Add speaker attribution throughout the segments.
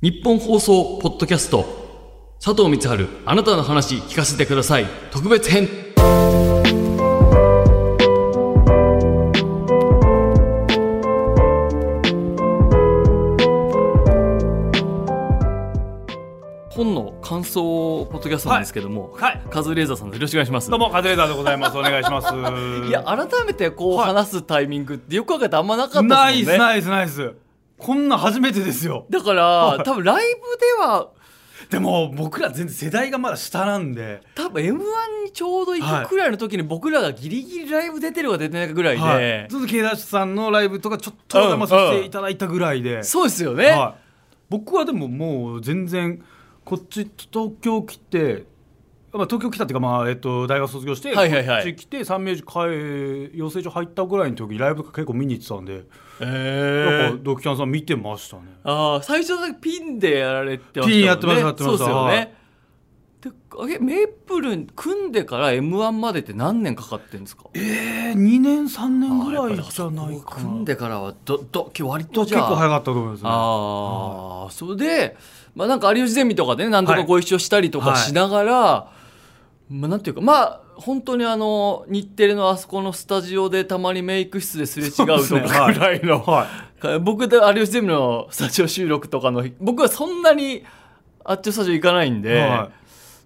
Speaker 1: 日本放送ポッドキャスト佐藤光春あなたの話聞かせてください特別編本の感想ポッドキャストなんですけども、
Speaker 2: はい。
Speaker 1: カズレーザーさんですよろしくお願いします
Speaker 2: どうも、カズレーザーでございます。お願いします。
Speaker 1: いや改めてこう
Speaker 2: はい
Speaker 1: 話すタイミングってよく考えてあんまなかった
Speaker 2: ナ
Speaker 1: です
Speaker 2: イス、
Speaker 1: もんね
Speaker 2: ナイス、ナイス。こんなん初めてですよ。
Speaker 1: だから、多分ライブでは
Speaker 2: でも、僕ら全然世代がまだ下なんで。
Speaker 1: 多分 m 1にちょうど行くくらいの時に僕らがギリギリライブ出てるか出てないかぐらいで、
Speaker 2: はい。ずっと K ダッシュさんのライブとかちょっとお邪魔させていただいたぐらいで。
Speaker 1: そうですよね、
Speaker 2: はい。僕はでももう全然、こっち東京来て、まあ、東京来たっていうか、まあえっと、大学卒業して、
Speaker 1: はいはいはい
Speaker 2: こっち来て三明治帰養成所入ったぐらいの時にライブとか結構見に行ってたんで、
Speaker 1: え
Speaker 2: やっぱ
Speaker 1: ー、
Speaker 2: ドキちゃんさん見てましたね。
Speaker 1: ああ最初だけピンでやられてましたもんね
Speaker 2: ピンやってましたやってました
Speaker 1: そう
Speaker 2: はい
Speaker 1: ですよねであれメイプル組んでから m 1までって何年かかってんですか
Speaker 2: えー、2年3年ぐらい
Speaker 1: あーやっぱりあ
Speaker 2: じゃ
Speaker 1: そこ
Speaker 2: ないか
Speaker 1: 組ん
Speaker 2: な
Speaker 1: でからはどど割と
Speaker 2: 結
Speaker 1: じゃあ
Speaker 2: 構早かったと思いますね
Speaker 1: ああ、それで、まあ、なんか有吉ゼミとかでね何度か
Speaker 2: はい
Speaker 1: ご一緒したりとか
Speaker 2: はい
Speaker 1: しながら、まあ、なんていうかまあ本当にあの日テレのあそこのスタジオでたまにメイク室ですれ違うと
Speaker 2: そうですね
Speaker 1: かぐらいの、
Speaker 2: はい
Speaker 1: 僕で有吉ゼミのスタジオ収録とかの僕はそんなにあっちのスタジオ行かないんで、
Speaker 2: は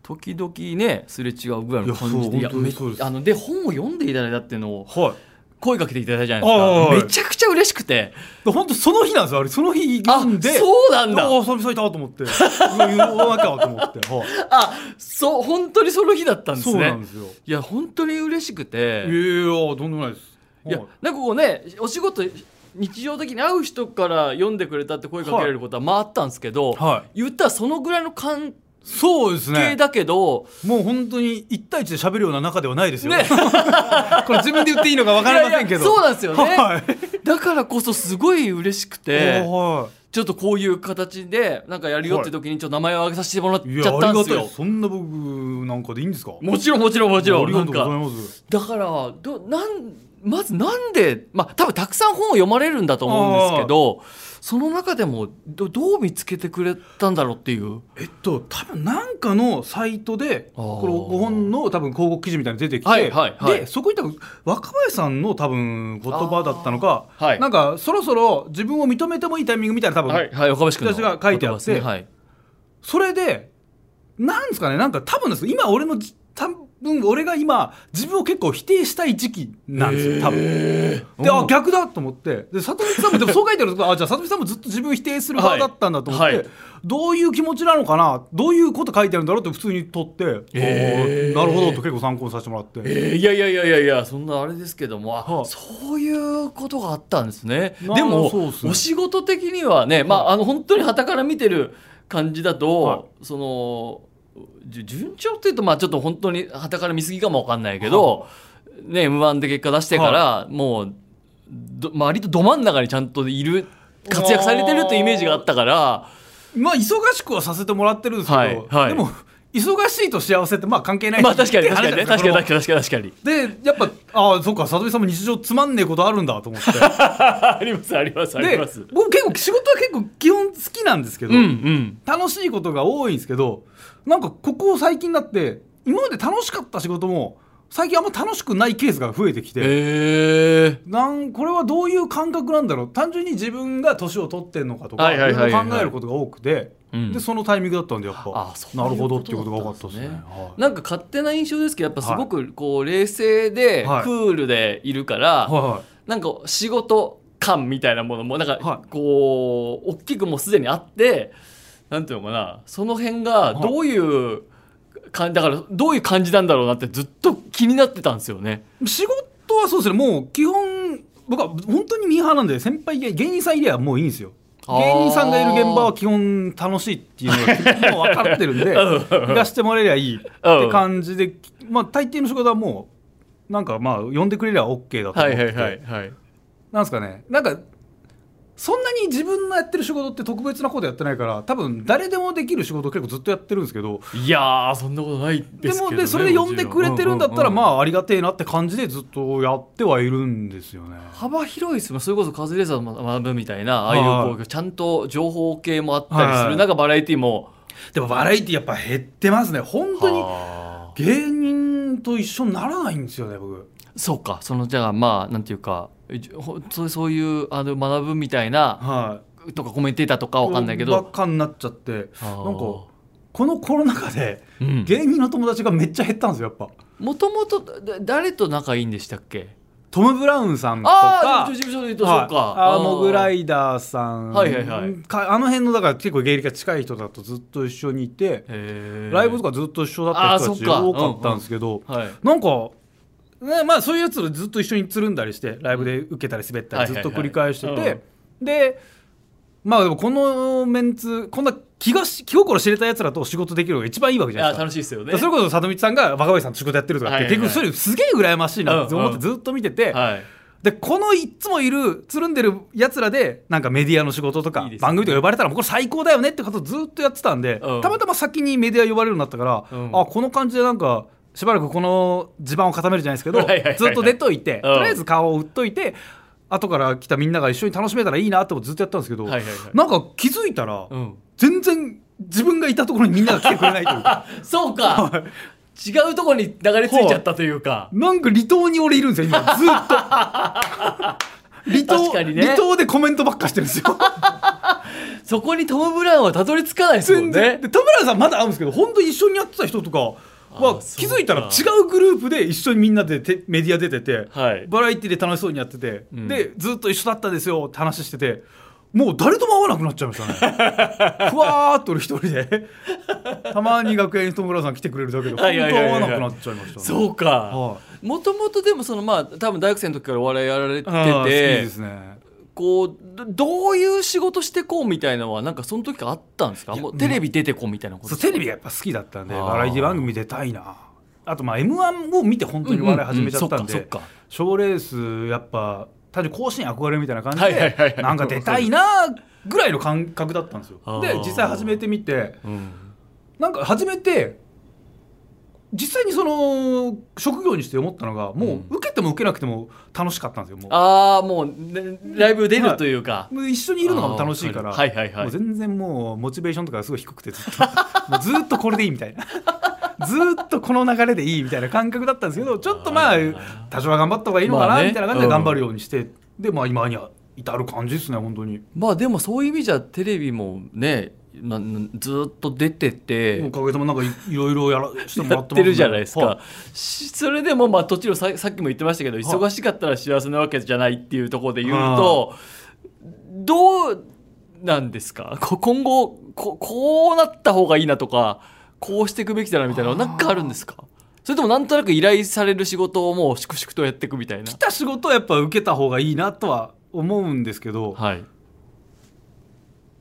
Speaker 1: 時々ねすれ違うぐらいの感じで
Speaker 2: いやそう本当にそうです
Speaker 1: めあので本を読んでいただいたっていうのを
Speaker 2: いはい
Speaker 1: 声かけていただいたじゃないですか、
Speaker 2: はいはいは
Speaker 1: め
Speaker 2: い
Speaker 1: ちゃくちゃ嬉しくて
Speaker 2: 本当その日なんですよあれその日
Speaker 1: あ
Speaker 2: 読んで
Speaker 1: そうなんだ
Speaker 2: ああ久々いたと思って言わなきゃと思って、はい
Speaker 1: あそう本当にその日だったんです
Speaker 2: そうなん
Speaker 1: ね
Speaker 2: ですよ
Speaker 1: いや本当に嬉しく
Speaker 2: い
Speaker 1: て
Speaker 2: やいやとんでもないです
Speaker 1: いや
Speaker 2: はい
Speaker 1: なんかこうねお仕事日常的に会う人から読んでくれたって声かけられることはまああったんですけど、
Speaker 2: はい
Speaker 1: 言ったらそのぐらいの関
Speaker 2: そうです
Speaker 1: 係
Speaker 2: ね
Speaker 1: だけど、
Speaker 2: もう本当に一対一で喋るような仲ではないですよ、
Speaker 1: ね
Speaker 2: これ自分で言っていいのか分かりませんけど
Speaker 1: いやいやそうなんですよね、
Speaker 2: はい
Speaker 1: だからこそすごい嬉しくて
Speaker 2: は
Speaker 1: ちょっとこういう形でなんかやるよって時にちょっと名前を挙げさせてもらっ
Speaker 2: いい
Speaker 1: ち
Speaker 2: やあ
Speaker 1: ゃっ
Speaker 2: り
Speaker 1: たんで
Speaker 2: が
Speaker 1: す
Speaker 2: たい
Speaker 1: よ、
Speaker 2: ですそんな僕なんかでいいんですか
Speaker 1: もちろんもちろんもちろ
Speaker 2: あ
Speaker 1: ん
Speaker 2: り
Speaker 1: な
Speaker 2: が
Speaker 1: ん
Speaker 2: とうござい
Speaker 1: か
Speaker 2: ます
Speaker 1: だからどなんまずなんで、まあ、多分たくさん本を読まれるんだと思うんですけどその中でもどどう見つけてくれたんだろうっていう
Speaker 2: えっと多分なんかのサイトで
Speaker 1: あー
Speaker 2: この5本の多分広告記事みたいに出てきて、
Speaker 1: はいはいはい
Speaker 2: でそこに多分若林さんの多分言葉だったのか、
Speaker 1: あーはい
Speaker 2: なんかそろそろ自分を認めてもいいタイミングみたいな多分、
Speaker 1: はい、はい、岡林君の
Speaker 2: 私が書いてあ
Speaker 1: 言葉
Speaker 2: って
Speaker 1: ですねはい、
Speaker 2: それでなんですかねなんか多分です今俺のじ多分俺が今自分を結構否定したい時期なんですよ多分。で
Speaker 1: う
Speaker 2: あ
Speaker 1: ん
Speaker 2: 逆だと思ってで里見さんもでもそう書いてあるとあじゃあ里見さんもずっと自分を否定する側だったんだと思って、
Speaker 1: はいはい
Speaker 2: どういう気持ちなのかなどういうこと書いてあるんだろうって普通に取って、
Speaker 1: えー
Speaker 2: あーなるほどと結構参考にさせてもらって、
Speaker 1: えーいやいやいやいやいやそんなあれですけども、あ
Speaker 2: はい
Speaker 1: そういうことがあったんですね
Speaker 2: なあ
Speaker 1: でも
Speaker 2: そうっすね
Speaker 1: お仕事的にはね、まあ、あの本当に傍から見てる感じだと、
Speaker 2: は
Speaker 1: そのじゅ順調っていうとまあちょっと本当に傍から見過ぎかもわかんないけど、ね m 1で結果出してから、もうど割とど真ん中にちゃんといる活躍されてるってイメージがあったから
Speaker 2: まあ忙しくはさせてもらってるんですけど、
Speaker 1: はいはい
Speaker 2: でも忙しいと幸せってまあ関係ない
Speaker 1: ま あ確かに確かにね確かに
Speaker 2: に
Speaker 1: 確かに確かに確かに
Speaker 2: でやっぱああそっか里見さんも日常つまんねえことあるんだと思って
Speaker 1: ありますあり ますあり
Speaker 2: で
Speaker 1: ます
Speaker 2: 僕結構仕事は結構基本好きなんですけど、
Speaker 1: うんうん
Speaker 2: 楽しいことが多いんですけどなんかここ最近だって今まで楽しかった仕事も最近あんま楽しくないケースが増えてきて、
Speaker 1: えー
Speaker 2: なんこれはどういう感覚なんだろう単純に自分が年を取ってんのかとか
Speaker 1: はいはいはいはい
Speaker 2: いろいろ考えることが多くて、
Speaker 1: うん
Speaker 2: でそのタイミングだったんでやっぱ
Speaker 1: あそういう
Speaker 2: なるほどっていうことが多かったですね。
Speaker 1: ことだっ
Speaker 2: はい
Speaker 1: なんか勝手な印象ですけどやっぱすごくこう冷静でク
Speaker 2: はい
Speaker 1: ールでいるから、
Speaker 2: は
Speaker 1: なんか仕事感みたいなものもなん
Speaker 2: は
Speaker 1: かこう大きくもうすでにあってなんていうのかなその辺がどういう感じだからどういう感じなんだろうなってずっと気になってたんですよね。
Speaker 2: い、仕事はそうですねもう基本僕は本当にミーハーなんで先輩芸人さんいればもういいんですよ。
Speaker 1: あー
Speaker 2: 芸人さんがいる現場は基本楽しいっていうのがもう分かってるんで行かしてもらえりゃいいって感じで、まあ、大抵の仕事はもうなんかまあ呼んでくれりゃ OK だと思ってて、
Speaker 1: はい。
Speaker 2: なんですかねなんかそんなに自分のやってる仕事って特別なことやってないから多分誰でもできる仕事を結構ずっとやってるんですけど
Speaker 1: いやーそんなことない
Speaker 2: で
Speaker 1: ですけど、
Speaker 2: も
Speaker 1: ね、
Speaker 2: でそれで呼んでくれてるんだったらま
Speaker 1: あ
Speaker 2: あありがてえなって感じでずっとやってはいるんですよね。
Speaker 1: 幅広いですよそれこそカズレーザーの学ぶみたいなああ
Speaker 2: はい
Speaker 1: いうこうちゃんと情報系もあったりす
Speaker 2: はい
Speaker 1: る中バラエティも
Speaker 2: でもバラエティやっぱ減ってますね本当に
Speaker 1: はあ
Speaker 2: 芸人と一緒にならないんですよね僕。
Speaker 1: そうかそのじゃあまあなんていうかじほそうそういうあの学ぶみたいな
Speaker 2: はい
Speaker 1: とかコメンテーターとかわかんないけ
Speaker 2: ばっ
Speaker 1: ど
Speaker 2: かになっちゃってなんか
Speaker 1: あー
Speaker 2: このコロナ禍で
Speaker 1: うん
Speaker 2: 芸人の友達がめっちゃ減ったんですよやっぱ。
Speaker 1: もともとだ誰と仲いいんでしたっけ
Speaker 2: トム・ブラウンさんと
Speaker 1: あ
Speaker 2: か
Speaker 1: あ事務所で言うと
Speaker 2: は
Speaker 1: そ
Speaker 2: いう
Speaker 1: か、
Speaker 2: あーモグラ
Speaker 1: い
Speaker 2: イダーさん、
Speaker 1: はいはいはい
Speaker 2: かあの辺のだから結構芸歴が近い人だとずっと一緒にいて、ライブと
Speaker 1: か
Speaker 2: かずっと一緒だった人たち
Speaker 1: あーそ
Speaker 2: 多
Speaker 1: っか
Speaker 2: かったんですけど、
Speaker 1: はい
Speaker 2: なんか、ねまあ、そういうやつとずっと一緒につるんだりしてライブで受けたり滑った
Speaker 1: は
Speaker 2: り
Speaker 1: いはい
Speaker 2: ず
Speaker 1: は
Speaker 2: っ
Speaker 1: い
Speaker 2: と繰り返してて、
Speaker 1: うん
Speaker 2: でまあでもこのメンツこんな気がし気心知れたやつらと仕事できるのが一番いいわけじゃない
Speaker 1: あ
Speaker 2: ですか。
Speaker 1: 楽しいですよ
Speaker 2: だ
Speaker 1: ね
Speaker 2: からそれこそ里道さんが若林さんと仕事やってるとかって、
Speaker 1: はいはいはい
Speaker 2: 結局それすげえ羨ましいなって思ってずっと見てて、
Speaker 1: はい
Speaker 2: でこのいっつもいるつるんでるやつらでなんかメディアの仕事とか
Speaker 1: いいですね
Speaker 2: 番組とか呼ばれたらもうこれ最高だよねってことをずっとやってたんで、
Speaker 1: うん
Speaker 2: たまたま先にメディア呼ばれるようになったから、
Speaker 1: うん
Speaker 2: あこの感じでなんかしばらくこの地盤を固めるじゃないですけど、
Speaker 1: はいはいはいはい
Speaker 2: ずっと出といて、
Speaker 1: うん
Speaker 2: とりあえず顔を売っといて後から来たみんなが一緒に楽しめたらいいなってことずっとやったんですけど、
Speaker 1: はいはいはい
Speaker 2: なんか気づいたら、
Speaker 1: うん
Speaker 2: 全然自分がいたところにみんなが来てくれないという か
Speaker 1: そうか違うとこに流れ着いちゃったというか
Speaker 2: なんか離島に俺いるんですよ今ずっと。 離
Speaker 1: 確
Speaker 2: 島、
Speaker 1: かにね
Speaker 2: 離島でコメントばっかしてるんですよ。
Speaker 1: そこにトム・ブラウンはたどり着かないですもん
Speaker 2: 全然
Speaker 1: ね
Speaker 2: で田村さんまだ会うんですけど本当に一緒にやってた人とかは
Speaker 1: あそう
Speaker 2: 気
Speaker 1: か
Speaker 2: づいたら違うグループで一緒にみんなでてメディア出てて、
Speaker 1: はい
Speaker 2: バラエティで楽しそうにやってて、
Speaker 1: うん
Speaker 2: でずっと一緒だったですよって話しててもう誰とも会わなくなっちゃい ましたねふわーっと俺一人でたまに学園に友村さん来てくれるだけで本当
Speaker 1: はいはいはい
Speaker 2: 会
Speaker 1: は
Speaker 2: わ
Speaker 1: い
Speaker 2: なくなっちゃいましたね
Speaker 1: そうか
Speaker 2: は
Speaker 1: もともとでもそのまあ多分大学生の時からお笑いやられて
Speaker 2: あー好きで
Speaker 1: て
Speaker 2: すね
Speaker 1: こうどどういう仕事してこうみたいなのはなんかその時からあったんですかもうテレビ出てこうみたいなこと
Speaker 2: そうテレビがやっぱ好きだったんで
Speaker 1: あー
Speaker 2: バラエティ番組出たいなあとまあ m 1を見て本当にお笑い始めちゃったん
Speaker 1: うんうんうんそっ
Speaker 2: で
Speaker 1: かそっか
Speaker 2: 賞レースやっぱ単純に甲子園憧れるみたいな感じ
Speaker 1: はいはいはい
Speaker 2: で
Speaker 1: はい
Speaker 2: なんか出たいなぐらいの感覚だったんですよ
Speaker 1: あー
Speaker 2: で実際始めてみて
Speaker 1: うん
Speaker 2: なんか始めて実際にその職業にして思ったのがもう受けても受けなくても楽しかったんですよもう
Speaker 1: ああもうねライブ出るというか
Speaker 2: もう一緒にいるのがもう楽しいから、
Speaker 1: あーわかるはいはいはい
Speaker 2: もう全然もうモチベーションとかすごい低くてずっともうずっとこれでいいみたいな。 ずっとこの流れでいいみたいな感覚だったんですけどちょっとまあ多少は頑張った方がいいの
Speaker 1: ま
Speaker 2: か
Speaker 1: あ
Speaker 2: な
Speaker 1: ね
Speaker 2: みたいな感じで
Speaker 1: うん
Speaker 2: 頑張るようにして、でまあ今には至る感じですね本当に
Speaker 1: まあでもそういう意味じゃテレビもねななずっと出て
Speaker 2: お
Speaker 1: て
Speaker 2: かげさまなんかいいろいろやらしてもら
Speaker 1: や
Speaker 2: っ
Speaker 1: って
Speaker 2: ます
Speaker 1: て
Speaker 2: ね
Speaker 1: るじゃないです
Speaker 2: は
Speaker 1: かしそれでもまあ途中ささっきも言ってましたけど忙しかったら幸せなわけじゃないっていうところで言うとどうなんですかこ今後ここうなった方がいいなとかこうしていくべきだなみたいなのはなんかあるんですかそれともなんとなく依頼される仕事をもう粛々とやっていくみたいない
Speaker 2: 来た仕事はやっぱ受けた方がいいなとは思うんですけど、
Speaker 1: はい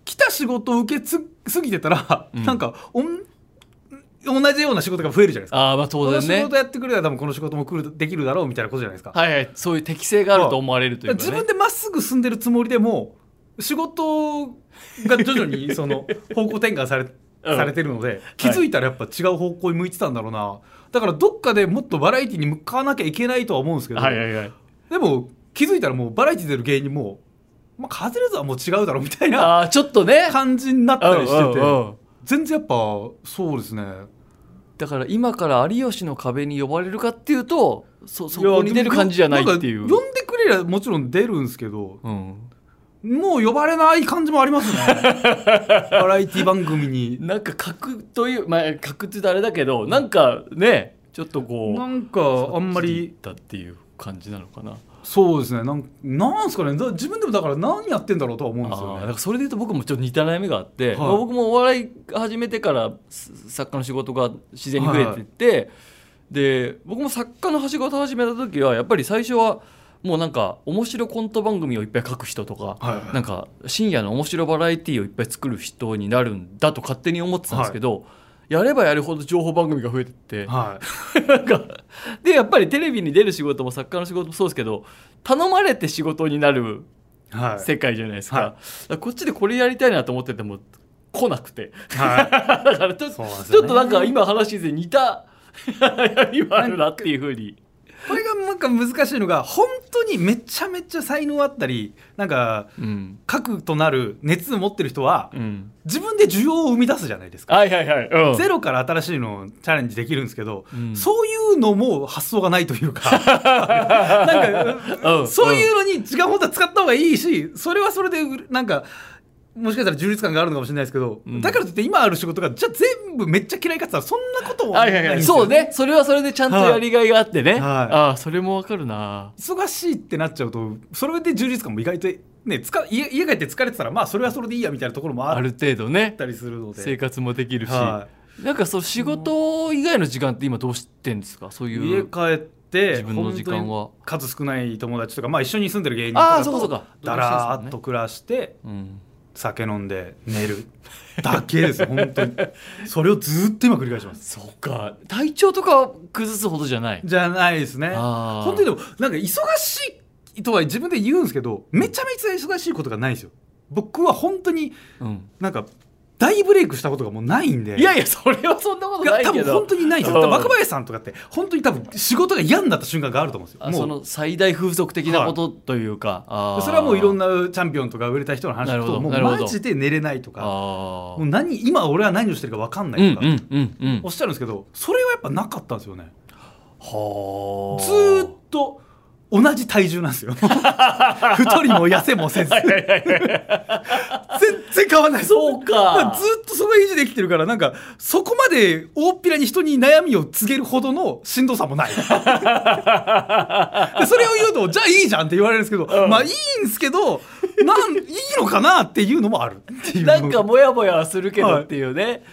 Speaker 2: 来た仕事を受けつすぎてたら、
Speaker 1: うん
Speaker 2: なんかおん同じような仕事が増えるじゃないですか
Speaker 1: ああまあ当
Speaker 2: この
Speaker 1: 然
Speaker 2: 仕
Speaker 1: ね
Speaker 2: 事やってくれたら多分この仕事も来るできるだろうみたいなことじゃないですか,、
Speaker 1: はいはいそういう適性があると思われるというか、ね、
Speaker 2: 自分でまっすぐ進んでるつもりでも仕事が徐々にその方向転換され
Speaker 1: うん
Speaker 2: されてるので気づいたらやっぱ違う方向に向いてたんだろうな、だからどっかでもっとバラエティに向かわなきゃいけないとは思うんですけど、
Speaker 1: はいはいはい
Speaker 2: でも気づいたらもうバラエティ出る芸人も、まあ、カズレーザーはもう違うだろうみたいな
Speaker 1: ああちょっとね
Speaker 2: 感じになったりしてて、
Speaker 1: うんうんうん
Speaker 2: 全然やっぱそうですね
Speaker 1: だから今から有吉の壁に呼ばれるかっていうとそそ
Speaker 2: いや
Speaker 1: こに出る感じじゃないってい
Speaker 2: で
Speaker 1: う
Speaker 2: もなんか呼んでくれりゃもちろん出るんですけど
Speaker 1: うん、
Speaker 2: もう呼ばれない感じもあ りますね。バラエティ番組に。
Speaker 1: なんか格というまあ格って言うとあれだけどなんかねちょっとこう
Speaker 2: なんかあんまり
Speaker 1: だっていう感じなのかな
Speaker 2: そうですねなんなんすかねだ自分でもだから何やってんだろうとは思うんです
Speaker 1: あー
Speaker 2: よ
Speaker 1: だか
Speaker 2: ね
Speaker 1: らそれで言うと僕もちょっと似た悩みがあって、
Speaker 2: い
Speaker 1: まあ僕もお笑い始めてからす作家の仕事が自然に増えてって、で僕も作家の仕事始めた時はやっぱり最初はもうなんか面白コント番組をいっぱい書く人とか、
Speaker 2: はいはい
Speaker 1: なんか深夜の面白バラエティーをいっぱい作る人になるんだと勝手に思ってたんですけど、やればやるほど情報番組が増えてって、
Speaker 2: は い
Speaker 1: なんかでやっぱりテレビに出る仕事も作家の仕事もそうですけど頼まれて仕事になる
Speaker 2: はい
Speaker 1: 世界じゃないですか,、
Speaker 2: はい
Speaker 1: だからこっちでこれやりたいなと思ってても来なくて
Speaker 2: は
Speaker 1: だからちょ,、
Speaker 2: そうなんです
Speaker 1: ち
Speaker 2: よね
Speaker 1: ょっとなんか今話してて似た 闇はあるなっていうふうに
Speaker 2: い、これがなんか難しいのが本当にめちゃめちゃ才能あったりなんか
Speaker 1: うん
Speaker 2: 核となる熱を持ってる人は
Speaker 1: うん
Speaker 2: 自分で需要を生み出すじゃないですか、
Speaker 1: はいはいはい、うん
Speaker 2: ゼロから新しいのをチャレンジできるんですけど、
Speaker 1: うん
Speaker 2: そういうのも発想がないとい うかなんか、
Speaker 1: うん
Speaker 2: そういうのに時間本当は使った方がいいしそれはそれでなんかもしかしたら充実感があるのかもしれないですけど、
Speaker 1: うん
Speaker 2: だからといって今ある仕事がじゃあ全部めっちゃ嫌いかって言ったらそんなこともな
Speaker 1: はいい
Speaker 2: んで
Speaker 1: は
Speaker 2: す
Speaker 1: い
Speaker 2: よ、
Speaker 1: はい、そうねそれはそれでちゃんとやりがいがあってね、
Speaker 2: はい
Speaker 1: ああそれもわかるな
Speaker 2: 忙しいってなっちゃうとそれで充実感も意外と、ね、つか家家帰って疲れてたらまあそれはそれでいいやみたいなところもあ
Speaker 1: あ
Speaker 2: っ
Speaker 1: る程度ね
Speaker 2: たりするので
Speaker 1: 生活もできるし、
Speaker 2: は
Speaker 1: なんかそう仕事以外の時間って今どうしてんですかそうい
Speaker 2: 家
Speaker 1: う
Speaker 2: 帰って
Speaker 1: 自分の時間は
Speaker 2: 本当に数少ない友達とか、まあ、一緒に住んでる芸人と
Speaker 1: あ
Speaker 2: か
Speaker 1: あそうかそう
Speaker 2: と
Speaker 1: か
Speaker 2: だらーっと暮らして
Speaker 1: うん
Speaker 2: 酒飲んで寝るだけですよ本当に それをずーっと今繰り返します
Speaker 1: そうか体調とか崩すほどじゃない
Speaker 2: じゃないですね
Speaker 1: あー
Speaker 2: 本当にでもなんか忙しいとは自分で言うんですけどめちゃめちゃ忙しいことがないんですよ僕は本当に
Speaker 1: うん
Speaker 2: なんか大ブレイクしたことがもうないんで
Speaker 1: いやいやそれはそんなこと
Speaker 2: い
Speaker 1: な
Speaker 2: や
Speaker 1: い
Speaker 2: 多
Speaker 1: け
Speaker 2: 分
Speaker 1: ど
Speaker 2: 本当にないんで す
Speaker 1: う
Speaker 2: よ
Speaker 1: ん
Speaker 2: 若林さんとかって本当に多分仕事が嫌になった瞬間があると思うんですよ
Speaker 1: あその最大風俗的なことというか、あー
Speaker 2: それはもういろんなチャンピオンとか売れた人の話
Speaker 1: な
Speaker 2: だ
Speaker 1: るほど
Speaker 2: ともう
Speaker 1: なるほど
Speaker 2: マジで寝れないとか
Speaker 1: あ
Speaker 2: もう
Speaker 1: ー
Speaker 2: 何今俺は何をしてるか分かんな
Speaker 1: うん
Speaker 2: いと
Speaker 1: う
Speaker 2: か、
Speaker 1: んうんうん
Speaker 2: おっしゃるんですけどそれはやっぱなかったんですよね
Speaker 1: は
Speaker 2: ずーっと同じ体重なんですよ太りも痩せもせず全然変わんないで す
Speaker 1: そうか
Speaker 2: ずーっとその維持できてるからなんかそこまで大っぴらに人に悩みを告げるほどのしんどさもないでそれを言うとじゃあいいじゃんって言われるんですけど、
Speaker 1: うん
Speaker 2: まあいいんですけどなんいいのかなっていうのもあるっていう
Speaker 1: なんかモヤモヤはするけ
Speaker 2: は
Speaker 1: ど
Speaker 2: い
Speaker 1: っていうね、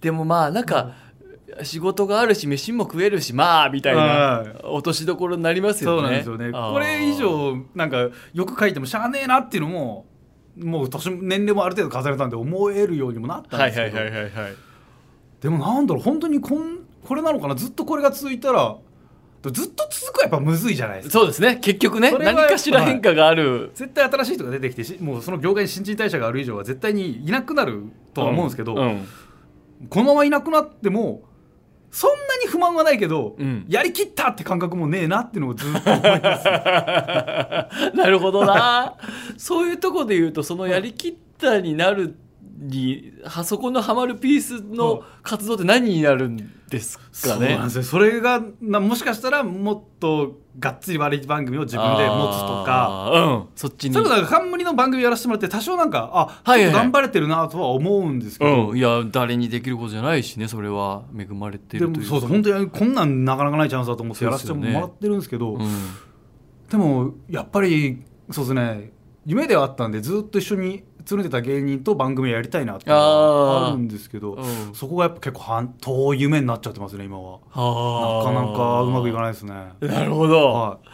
Speaker 1: でもまあなんか、仕事があるし飯も食えるしまあみたい
Speaker 2: はい
Speaker 1: な落としどころになりますよね
Speaker 2: そうなんですよね
Speaker 1: あー
Speaker 2: これ以上なんかよく書いてもしゃあねえなっていうのももう年も年齢もある程度重ねたんで思えるようにもなったん
Speaker 1: は
Speaker 2: で
Speaker 1: い
Speaker 2: すけど、
Speaker 1: はいはいはいはい
Speaker 2: でもなんだろう本当にこんこれなのかなずっとこれが続いたらずっと続くはやっぱむずいじゃないですか
Speaker 1: そうですね結局ね
Speaker 2: それは
Speaker 1: 何かしら変化がある、
Speaker 2: 絶対新しい人が出てきてしもうその業界に新陳代謝がある以上は絶対にいなくなるとは思うんですけど、
Speaker 1: うん
Speaker 2: このままいなくなってもそんなに不満はないけど、
Speaker 1: うん
Speaker 2: やりきったって感覚もねえなっていうのをずっと思 います
Speaker 1: なるほどな そういうとこで言うとそのやりきったになるにはそこのハマるピースの活動って何になるんですかね、
Speaker 2: そうなんですよそれがなもしかしたらもっとがっつり悪い番組を自分で持つとか
Speaker 1: あーうんそっちに
Speaker 2: それこそなんか冠の番組やらせてもらって多少なんかあ、
Speaker 1: はいはい
Speaker 2: ちょっと頑張れてるなとは思うんですけど、
Speaker 1: うん、いや誰にできることじゃないしねそれは恵まれてる
Speaker 2: で
Speaker 1: と
Speaker 2: も
Speaker 1: いう
Speaker 2: そうそう本当にこんなんなかなかないチャンスだと思ってやらせてもらってるんですけど
Speaker 1: うん
Speaker 2: でもやっぱりそうですね夢ではあったんでずっと一緒につるんでた芸人と番組やりたいなっていうのはあるんですけど、
Speaker 1: うん
Speaker 2: そこがやっぱ結構半遠い夢になっちゃってますね今はなか
Speaker 1: はあ
Speaker 2: なかうまくいかないですね
Speaker 1: なるほど、
Speaker 2: はい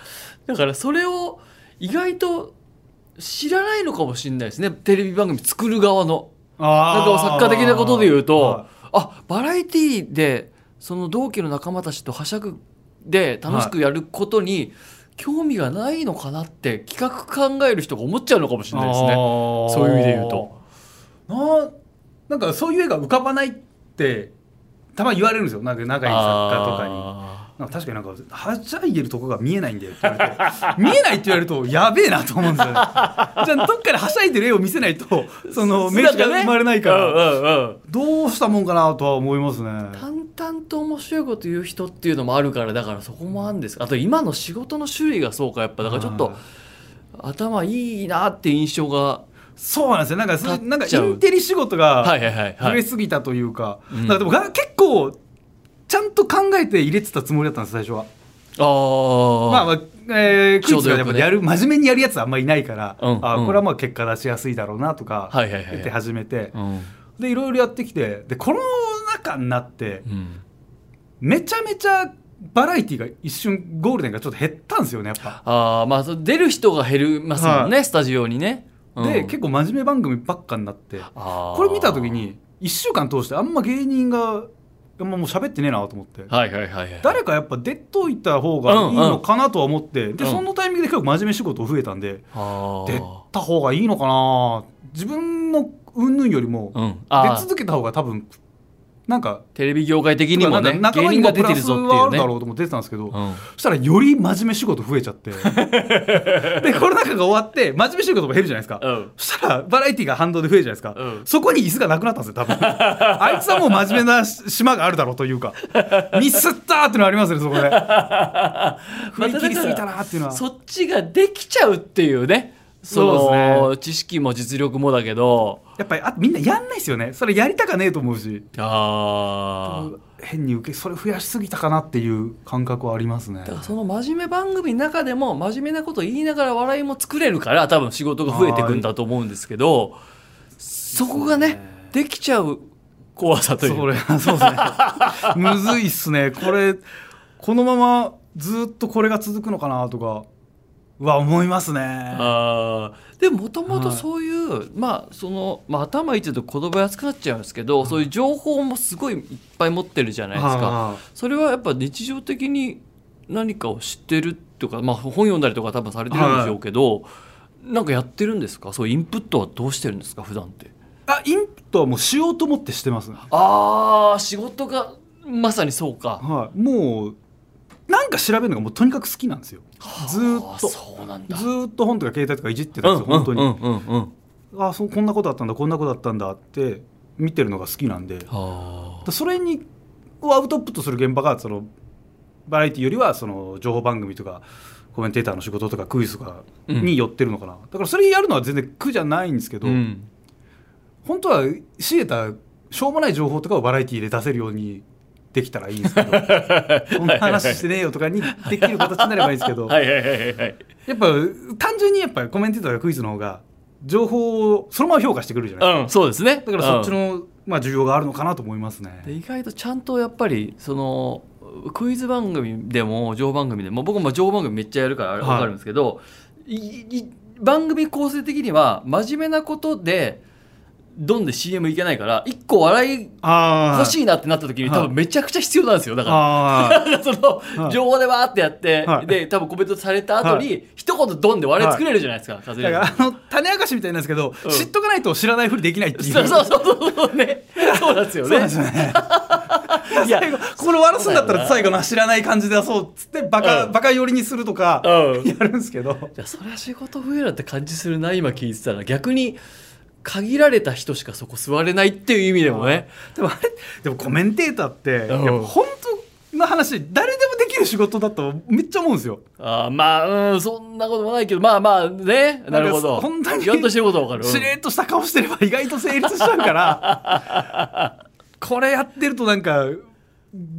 Speaker 1: だからそれを意外と知らないのかもしれないですねテレビ番組作る側のなんか作家的なことで言うと、
Speaker 2: はい
Speaker 1: あバラエティーでその同期の仲間たちとはしゃぐで楽しくやることに興味がないのかなって企画考える人が思っちゃうのかもしれないですね。
Speaker 2: そ
Speaker 1: そういう意味で言うと
Speaker 2: ななんかそういう絵が浮かばないってたまに言われるんですよなんか仲いい作家とかに。
Speaker 1: あ
Speaker 2: なんか確かになんかはしゃいでるとこが見えないんだよって言われて見えないって言われるとやべえなと思うんですよねじゃあどっかではしゃいでる絵を見せないとその
Speaker 1: ー
Speaker 2: 名刺が生まれないから、
Speaker 1: うんうんうん
Speaker 2: どうしたもんかなとは思いますね
Speaker 1: 淡々と面白いこと言う人っていうのもあるからだからそこもあるんですあと今の仕事の種類がそうかやっぱだからちょっと頭いいなって印象が
Speaker 2: そうなんですよなんかそう
Speaker 1: 立っ
Speaker 2: なんか
Speaker 1: ちゃう
Speaker 2: インテリ仕事が、
Speaker 1: はいはいはい
Speaker 2: 増
Speaker 1: は
Speaker 2: え
Speaker 1: い
Speaker 2: すぎたというか,、
Speaker 1: うん
Speaker 2: なんかでもが結構ちゃんと考えて入れてたつもりだったんです最初は。
Speaker 1: あー
Speaker 2: まあまあえー、クイズがや
Speaker 1: ちょうどよく
Speaker 2: っぱ
Speaker 1: ね
Speaker 2: やる真面目にやるやつはあんまりいないから、
Speaker 1: うん
Speaker 2: あ
Speaker 1: うん
Speaker 2: これはまあ結果出しやすいだろうなとか
Speaker 1: はいはいはいはい
Speaker 2: やって始めて、
Speaker 1: うん
Speaker 2: でいろいろやってきてでこの中になって
Speaker 1: うん
Speaker 2: めちゃめちゃバラエティが一瞬ゴールデンがちょっと減ったんですよねやっぱ。
Speaker 1: あーまあそう出る人が減りますもんね、スタジオにね、
Speaker 2: で、結構真面目番組ばっかになって
Speaker 1: 構
Speaker 2: これ見た時に1週間通してあんま芸人がやもう喋ってねえなと思って、
Speaker 1: はいはいはいはい。
Speaker 2: 誰かやっぱ出といた方がいいのかなとは思って、で
Speaker 1: うん
Speaker 2: そのタイミングで結構真面目仕事増えたんで、
Speaker 1: あ
Speaker 2: 出
Speaker 1: ー
Speaker 2: た方がいいのかな自分の云々よりも
Speaker 1: うん。
Speaker 2: 出
Speaker 1: あー
Speaker 2: 続けた方が多分なんか
Speaker 1: テレビ業界的にもね、
Speaker 2: なんか
Speaker 1: 芸
Speaker 2: 仲間
Speaker 1: 人
Speaker 2: に
Speaker 1: が
Speaker 2: も
Speaker 1: 出て
Speaker 2: プラ
Speaker 1: る
Speaker 2: ス
Speaker 1: ぞってい
Speaker 2: はあ
Speaker 1: う
Speaker 2: る
Speaker 1: ね
Speaker 2: だ。ろうと思って出てたんですけど、
Speaker 1: うん
Speaker 2: そしたらより真面目仕事増えちゃってでコロナ禍が終わって真面目仕事も減るじゃないですか、
Speaker 1: うん。
Speaker 2: そしたらバラエティが反動で増えるじゃないですか、
Speaker 1: うん
Speaker 2: そこに椅子がなくなったんですよ多 分あいつはもう真面目なし島があるだろうというかミスったーっていうのはありますねそ こで振り切りすぎたなーっていうのは、
Speaker 1: そっちができちゃうっていうね。その
Speaker 2: そうです
Speaker 1: 知識も実力もだけど。
Speaker 2: やっぱりあみんなやんないですよねそれやりたかねえと思うし
Speaker 1: ああ。
Speaker 2: 変に受けそれ増やしすぎたかなっていう感覚はありますね
Speaker 1: だからその真面目番組の中でも真面目なこと言いながら笑いも作れるから多分仕事が増えていくんだと思うんですけどそこがねできちゃう怖さという
Speaker 2: それそうですね むずいっすねこれこのままずっとこれが続くのかなとかは思いますね
Speaker 1: あーでもともと
Speaker 2: はい
Speaker 1: そういう、まあその、まあ、頭いいって言うと言葉安くなっちゃうんですけど、そういう情報もすごいいっぱい持ってるじゃないですか、
Speaker 2: は
Speaker 1: それはやっぱ日常的に何かを知ってるとか、まあ、本読んだりとか多分されてるんでしょうけど、なんかやってるんですかそういうインプットはどうしてるんですか普段って
Speaker 2: あインプットはもうしようと思ってしてます、は
Speaker 1: あー仕事がまさにそうか
Speaker 2: い、もうなんか調べるのがもうとにかく好きなんですよずー
Speaker 1: あ
Speaker 2: っ
Speaker 1: ー
Speaker 2: と
Speaker 1: そうなんだ
Speaker 2: ずーっと本とか携帯とかいじってたんですよ本当に、
Speaker 1: うんうんうんうん
Speaker 2: ああそうこんなことあったんだこんなことあったんだって見てるのが好きなんで
Speaker 1: あー
Speaker 2: それにをアウトプットする現場がそのバラエティよりはその情報番組とかコメンテーターの仕事とかクイズとかに寄ってるのかな、だからそれやるのは全然苦じゃないんですけど、
Speaker 1: うん
Speaker 2: 本当は仕入れたしょうもない情報とかをバラエティで出せるようにできたらいい んですけどこんな話してねえよとかにできる形になればいいんですけど、
Speaker 1: はいはいはいはい
Speaker 2: やっぱ単純にやっぱコメンテーターとかクイズの方が情報をそのまま評価してくるじゃないで
Speaker 1: うんそうですね
Speaker 2: すか、だからそっちの、まあ、需要があるのかなと思いますね。
Speaker 1: で意外とちゃんとやっぱりそのクイズ番組でも情報番組でも僕も情報番組めっちゃやるから
Speaker 2: はい
Speaker 1: 分かるんですけど、いい番組構成的には真面目なことでどんで CM いけないから一個笑い
Speaker 2: あー
Speaker 1: 欲しいなってなった時に
Speaker 2: はい
Speaker 1: 多分めちゃくちゃ必要なんですよだから。
Speaker 2: あ
Speaker 1: だ からその
Speaker 2: はい
Speaker 1: 情報でわーってやって、
Speaker 2: はい
Speaker 1: で多分コメントされた後に、
Speaker 2: は
Speaker 1: 一言ドンで笑い作れるじゃないですか、カズ
Speaker 2: ー
Speaker 1: レ
Speaker 2: だ
Speaker 1: ー
Speaker 2: か
Speaker 1: ザー
Speaker 2: らあの種明かしみたいなんですけど、
Speaker 1: うん
Speaker 2: 知っとかないと知らないふりできないっていう
Speaker 1: そうそうそうそうねそうなんですよ
Speaker 2: そうな
Speaker 1: ね
Speaker 2: んですよね
Speaker 1: いや
Speaker 2: 最後これ笑すんだった
Speaker 1: そうだよな
Speaker 2: ら最後の知らない感じで出そうっつってバカ,、
Speaker 1: うん
Speaker 2: バカ寄りにするとか
Speaker 1: うん
Speaker 2: やるんですけど
Speaker 1: いやそりゃ仕事増えるって感じするな今聞いてたら逆に限られた人しかそこ座れないっていう意味でもね
Speaker 2: でもあれでもコメンテーターってやっぱ
Speaker 1: うん
Speaker 2: 本当の話誰でもできる仕事だとめっちゃ思うんですよ
Speaker 1: あーまあ、うん、そんなこともないけどまあまあねなるほど
Speaker 2: なんか本当に
Speaker 1: やっとしてることはわかる
Speaker 2: しれっとした顔してれば意外と成立しちゃうから これやってるとなんか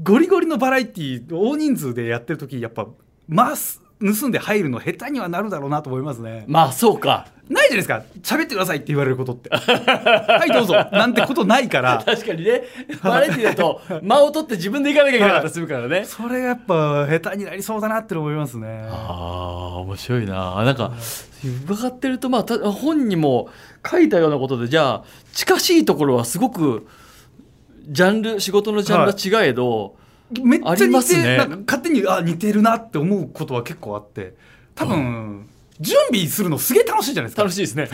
Speaker 2: ゴリゴリのバラエティー大人数でやってる時やっぱ回す盗んで入るの下手にはなるだろうなと思いますね
Speaker 1: うんまあそうか
Speaker 2: ないじゃないですか喋ってくださいって言われることってはいどうぞなんてことな いから
Speaker 1: 確かにねバラエティだと間を取って自分で行かなきゃいけなかったりするからね
Speaker 2: それがやっぱ下手になりそうだなって思いますね
Speaker 1: あー面白いななんか伺ってると、まあ、た本にも書いたようなことでじゃあ近しいところはすごくジャンル仕事のジャンルは違えど、
Speaker 2: めっちゃ
Speaker 1: あ
Speaker 2: 似て
Speaker 1: りますね
Speaker 2: なんか勝手にあ似てるなって思うことは結構あって多分、準備するのすげえ楽しいじゃないですか
Speaker 1: 楽しい ですね。